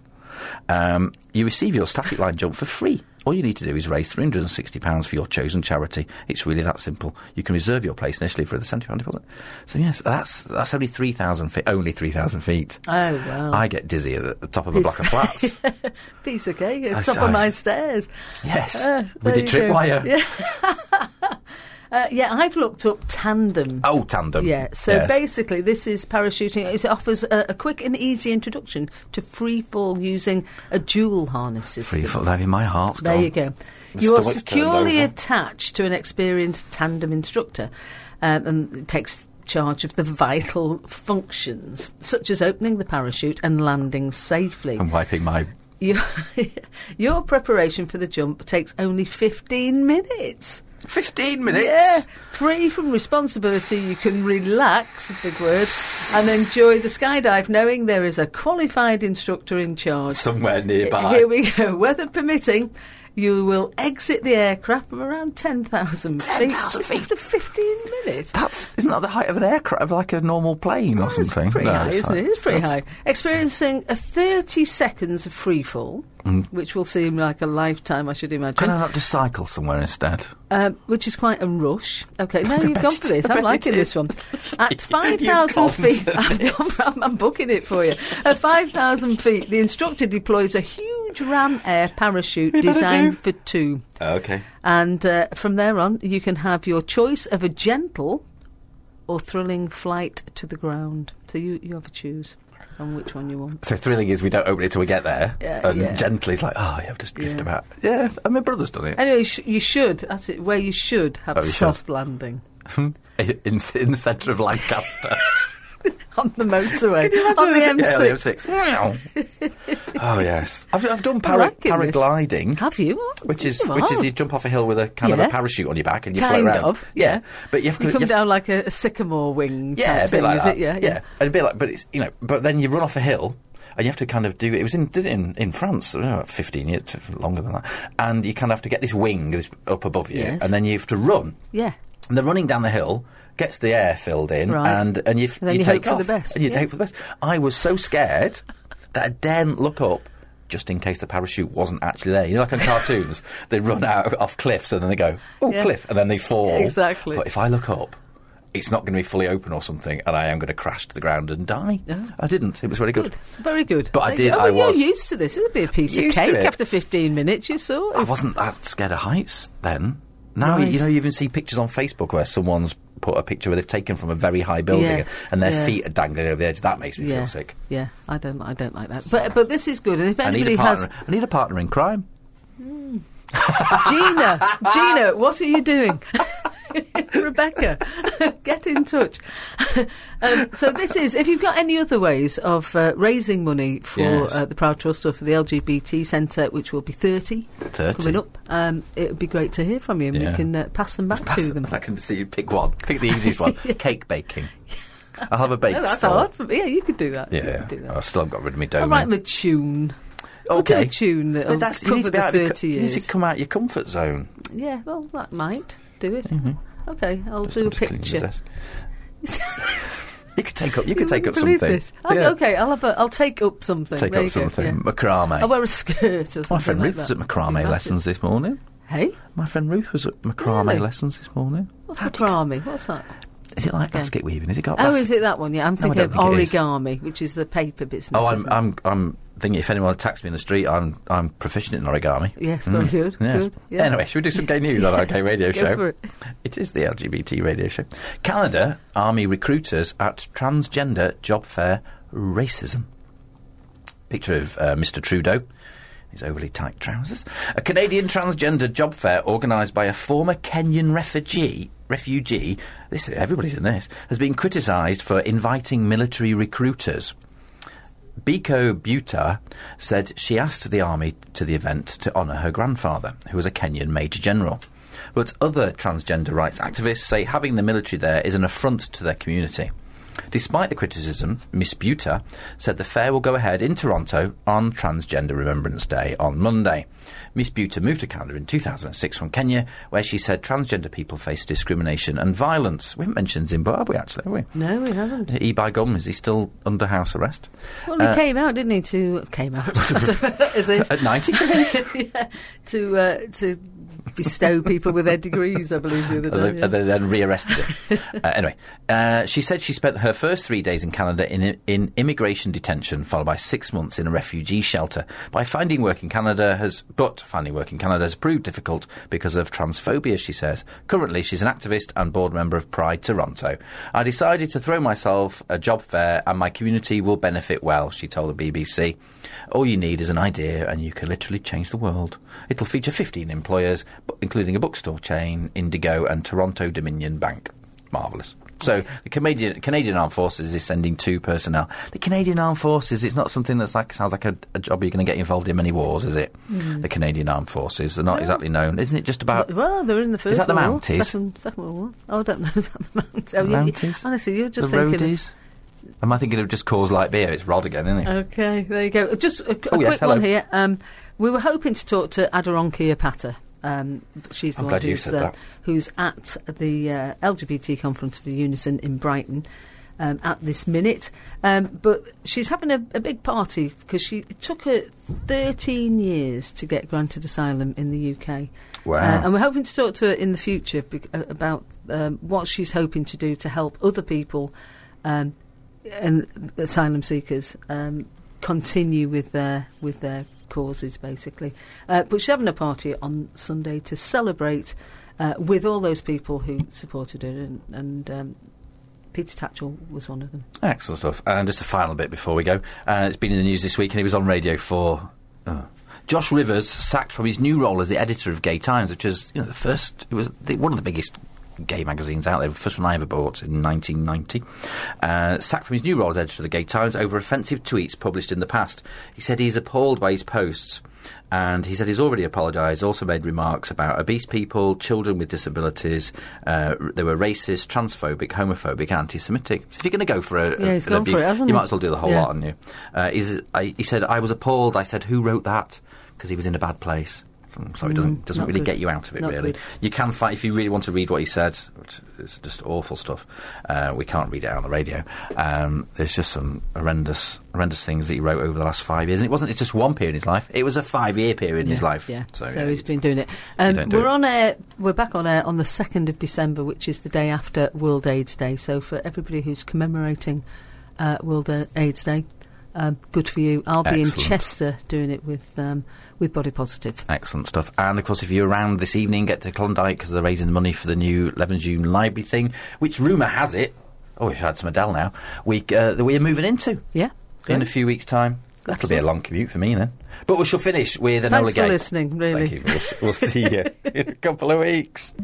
S1: Um, you receive your static line jump for free. All you need to do is raise £360 for your chosen charity. It's really that simple. You can reserve your place initially for the £70 deposit. So, yes, that's that's only 3,000 feet. Only 3,000 feet.
S2: Oh well.
S1: I get dizzy at the top of a block of flats.
S2: *laughs* Piece of cake at
S1: I
S2: the top of
S1: say.
S2: my stairs.
S1: yes.
S2: Ah,
S1: with
S2: *laughs* there
S1: the
S2: you go.
S1: tripwire.
S2: Yeah. Uh, yeah, I've looked up tandem.
S1: Oh, tandem.
S2: Yeah, so
S1: Yes.
S2: basically, this is parachuting. It offers a, a quick and easy introduction to free fall using a dual harness system.
S1: Free fall. though, in my heart's
S2: There
S1: gone.
S2: you go.
S1: The
S2: You are
S1: stomach's turned
S2: securely
S1: over.
S2: attached to an experienced tandem instructor um, and it takes charge of the vital functions, such as opening the parachute and landing safely.
S1: I'm wiping my
S2: Your, *laughs* your preparation for the jump takes only 15 minutes.
S1: 15 minutes?
S2: Yeah, free from responsibility, you can relax, big word, and enjoy the skydive knowing there is a qualified instructor in charge.
S1: Somewhere
S2: Here
S1: nearby.
S2: we go. *laughs* Weather permitting, you will exit the aircraft from around 10,000 feet.
S1: 10,000 feet.
S2: After 15 minutes.
S1: That's isn't that the height of an aircraft, of like a normal plane or
S2: That's
S1: something?
S2: pretty
S1: No,
S2: high,
S1: it's
S2: isn't
S1: not.
S2: it? It's pretty
S1: That's-
S2: high. Experiencing a 30 seconds of free fall, which will seem like a lifetime, I should
S1: Can
S2: imagine,
S1: Mm. I not just cycle somewhere instead?
S2: um, which is quite a rush.
S1: *laughs*
S2: Okay, now you've
S1: bet
S2: gone for
S1: it-
S2: this.
S1: I bet
S2: I'm
S1: it
S2: liking
S1: is. *laughs*
S2: this one. At
S1: You've *laughs*
S2: 5,000
S1: gone for
S2: feet, I've gone- *laughs* I'm, I'm booking it for you. At 5,000 feet, the instructor deploys a huge ram air parachute
S1: better
S2: designed
S1: do.
S2: for two.
S1: Oh, Okay.
S2: And uh, from there on, you can have your choice of a gentle or thrilling flight to the ground. So you, you have a choose on which one you want.
S1: So thrilling is we don't open it till we get there,
S2: Yeah,
S1: and
S2: yeah.
S1: gently it's like, oh, yeah, I've just drift
S2: Yeah.
S1: about. Yeah, and my brother's done it
S2: Anyway, you sh- you should, that's it, where you should have
S1: Oh,
S2: a
S1: you
S2: soft landing. *laughs*
S1: *laughs* in, in the centre of Lancaster
S2: On the motorway, *laughs* on the M6.
S1: Yeah, the M6. Meow. oh yes, I've, I've done para-
S2: liking this.
S1: paragliding.
S2: Have you? Oh,
S1: Which is
S2: you
S1: which is
S2: are.
S1: you jump off a hill with a kind of
S2: Yeah.
S1: a parachute on your back and you
S2: Kind
S1: float around.
S2: of.
S1: Yeah, but you have to
S2: You come
S1: have-
S2: down like a, a sycamore wing. type
S1: Yeah, a bit
S2: thing,
S1: like
S2: is
S1: that.
S2: It? Yeah, yeah.
S1: And a bit like, but it's you know, but then you run off a hill. And you have to kind of do it. was in did it in in France, I don't know, about fifteen years longer than that. And you kind of have to get this wing this up above you,
S2: Yes.
S1: and then you have to run.
S2: Yeah.
S1: And they're running down the hill, gets the air filled in,
S2: Right.
S1: and and you, f-
S2: And then you
S1: take
S2: hope
S1: off,
S2: for the best.
S1: And you
S2: Yeah.
S1: hope for the best. I was so scared that I daren't look up. Just in case the parachute wasn't actually there, you know, like in cartoons, *laughs* they run out off cliffs and then they go, "Oh,
S2: Yeah.
S1: cliff," and then they fall.
S2: Exactly.
S1: But if I look up, it's not going to be fully open or something, and I am going to crash to the ground and die.
S2: Oh.
S1: I didn't. It was really
S2: Good. Very good.
S1: But I
S2: There you
S1: did-
S2: go.
S1: I
S2: Oh, well,
S1: was-
S2: You're used to this. It'll be a piece
S1: Used to
S2: of cake
S1: it. Oh,
S2: after 15 minutes. You saw.
S1: I wasn't that scared of heights then. Now you-
S2: Right.
S1: you know you even see pictures on Facebook where someone's put a picture where they've taken from a very high building
S2: Yeah,
S1: and their
S2: yeah.
S1: feet are dangling over the edge. That makes me
S2: yeah.
S1: feel sick.
S2: Yeah. I don't. I don't like that. But but this is good. And if
S1: I need
S2: anybody
S1: a
S2: has
S1: partner. I need a partner in crime. *laughs*
S2: Gina, Gina, what are you doing? *laughs* Rebecca, get in touch. um, so this is if you've got any other ways of uh, raising money for
S1: Yes.
S2: uh, the Proud Trust or for the LGBT Centre, which will be thirty,
S1: 30. *laughs*
S2: coming up, um, it would be great to hear from you, and
S1: Yeah.
S2: we can uh, pass them back to them.
S1: *laughs*
S2: Oh,
S1: I can see you pick one. Pick the easiest
S2: *laughs*
S1: one. Cake baking. I'll have a bake.
S2: Oh, that's
S1: store.
S2: hard. For me. Yeah, you could do that. You
S1: Yeah,
S2: could do that.
S1: I still haven't got rid of my
S2: I'll
S1: dough.
S2: write them a tune. We'll do
S1: okay,
S2: a tune that'll
S1: But that's, you need
S2: cover
S1: to be
S2: the
S1: out of your co-
S2: 30
S1: You need
S2: years.
S1: to come out of your comfort zone.
S2: Yeah, well, that might do it. Okay, I'll
S1: Mm-hmm. Just-
S2: do a
S1: I'm just cleaning the
S2: picture. Oh,
S1: desk. You could take up. You, could take
S2: wouldn't
S1: up
S2: believe
S1: something.
S2: This. I-
S1: Yeah.
S2: Okay, I'll have a, I'll take up something.
S1: Take
S2: There
S1: up
S2: you go,
S1: something.
S2: yeah.
S1: Macrame.
S2: I'll wear a skirt or something.
S1: My friend
S2: like
S1: Ruth was
S2: that.
S1: at macrame
S2: Imagine-
S1: lessons this morning.
S2: Hey,
S1: My friend Ruth was at macrame
S2: Really?
S1: lessons this morning.
S2: what's
S1: How do
S2: macrame? What's that?
S1: you- Is it like basket weaving? Is it got?
S2: Oh,
S1: basket-
S2: is it that one? Yeah, I'm
S1: No, I
S2: thinking of
S1: don't think it is.
S2: origami, which is the paper business.
S1: Oh, I'm,
S2: isn't it?
S1: I'm, I'm thinking. If anyone attacks me in the street, I'm, I'm proficient in origami. Mm.
S2: Yes, very good.
S1: Yes.
S2: good yeah.
S1: Anyway, should we do some gay news on our
S2: Yes,
S1: gay radio
S2: *laughs* go
S1: show?
S2: for it.
S1: it is the LGBT radio show. Canada Army recruiters at transgender job fair racism. Picture of uh, Mr. Trudeau, his overly tight trousers. A Canadian transgender job fair organised by a former Kenyan refugee. Refugee, this everybody's in this, has been criticised for inviting military recruiters. Biko Buta said she asked the army to the event to honour her grandfather, who was a Kenyan major general. But other transgender rights activists say having the military there is an affront to their community. Despite the criticism, Miss Buta said the fair will go ahead in Toronto on Transgender Remembrance Day on Monday. Miss Buta moved to Canada in 2006 from Kenya, where she said transgender people face discrimination and violence. We haven't mentioned Zimbabwe, actually, have we?
S2: No, we haven't.
S1: E. by gum, is he still under house arrest?
S2: Well, he came out, didn't he? To came out *laughs* as if
S1: Uh, *laughs* At 90?
S2: *laughs* yeah, to uh, to bestow people with their degrees. I believe the other
S1: and
S2: day.
S1: they,
S2: yeah.
S1: and they then rearrested
S2: *laughs*
S1: him. uh, anyway, uh, she said she spent her first three days in Canada in, in immigration detention, followed by six months in a refugee shelter. By finding work in Canada has, but finding work in Canada has proved difficult because of transphobia. She says currently she's an activist and board member of Pride Toronto. I decided to throw myself a job fair, and my community will benefit well. She told the BBC, "All you need is an idea, and you can literally change the world." It'll feature 15 employers, bu- including a bookstore chain, Indigo, and Toronto Dominion Bank. Marvellous. So the Canadian, Canadian Armed Forces is sending two personnel. The Canadian Armed Forces, it's not something that's like sounds like a, a job you're going to get involved in many wars, is it?
S2: Hmm.
S1: The Canadian Armed Forces, they're not exactly known. Isn't it just about
S2: Well, they're in the first.
S1: Uh, that the
S2: World War,
S1: Mounties?
S2: Second, second World War. Oh, I don't know. *laughs* Is that the Mounties? Oh, yeah, you-
S1: Mounties?
S2: honestly, you're just
S1: the
S2: thinking.
S1: roadies? Am I thinking of just cause light beer? It's Rod again, isn't it?
S2: Okay, there you go. Just a,
S1: Oh,
S2: a quick
S1: yes, hello.
S2: one here. Um, we were hoping to talk to Adironke Apata. Um, she's the
S1: I'm
S2: one
S1: glad you
S2: who's,
S1: said
S2: uh,
S1: that.
S2: who's at the uh, LGBT conference for Unison in Brighton. Um, at this minute, um, but she's having a, a big party because she it took her 13 years to get granted asylum in the UK.
S1: Wow.
S2: Uh, and we're hoping to talk to her in the future bec- uh, about um, what she's hoping to do to help other people um, and asylum seekers um, continue with their with their causes, basically. Uh, but she's having a party on Sunday to celebrate uh, with all those people who supported her, and, and um, Peter Tatchell was one of them.
S1: Excellent stuff. And just a final bit before we go. Uh, it's been in the news this week, and he was on radio for. Uh, Josh Rivers sacked from his new role as the editor of Gay Times, which is you know the first. It was the, one of the biggest gay magazines out there, the first one I ever bought in 1990. Uh, sacked from his new role as editor of the Gay Times over offensive tweets published in the past. He said he's appalled by his posts. And he said he's already apologised, also made remarks about obese people, children with disabilities. Uh, r- they were racist, transphobic, homophobic, anti Semitic. So if you're going to go for a,
S2: Yeah, he's
S1: an
S2: gone for
S1: abuse.
S2: it, hasn't
S1: You
S2: he?
S1: might as well do the whole
S2: Yeah.
S1: lot on you. Uh, he's, I, he said, I was appalled. I said, who wrote that? Because he was in a bad place. So it doesn't doesn't
S2: Mm, not
S1: really
S2: good.
S1: get you out of it.
S2: Not
S1: really,
S2: good.
S1: you can find if you really want to read what he said, which is just awful stuff. Uh, we can't read it out on the radio. Um, there's just some horrendous, horrendous things that he wrote over the last five years, and it wasn't it's just one period in his life. It was a five year period in his
S2: Yeah,
S1: life.
S2: Yeah.
S1: So,
S2: So,
S1: yeah,
S2: he's been doing it. Um,
S1: don't do
S2: we're
S1: it.
S2: on air. We're back on air on the second of December, which is the day after World AIDS Day. So for everybody who's commemorating uh, World uh, AIDS Day, um, good for you. I'll be in
S1: Excellent.
S2: Chester doing it with um, with Body Positive.
S1: Excellent stuff. And of course, if you're around this evening, get to Klondike because they're raising the money for the new 11 June library thing, which rumour has it. Oh, we've had some Adele now. We uh, that we are moving into
S2: Yeah.
S1: in a few weeks' time. That'll be a long commute for me then. But we shall finish with an
S2: Thanks for
S1: Gay.
S2: listening. Really.
S1: Thank you. We'll, s- we'll see you in a couple of weeks.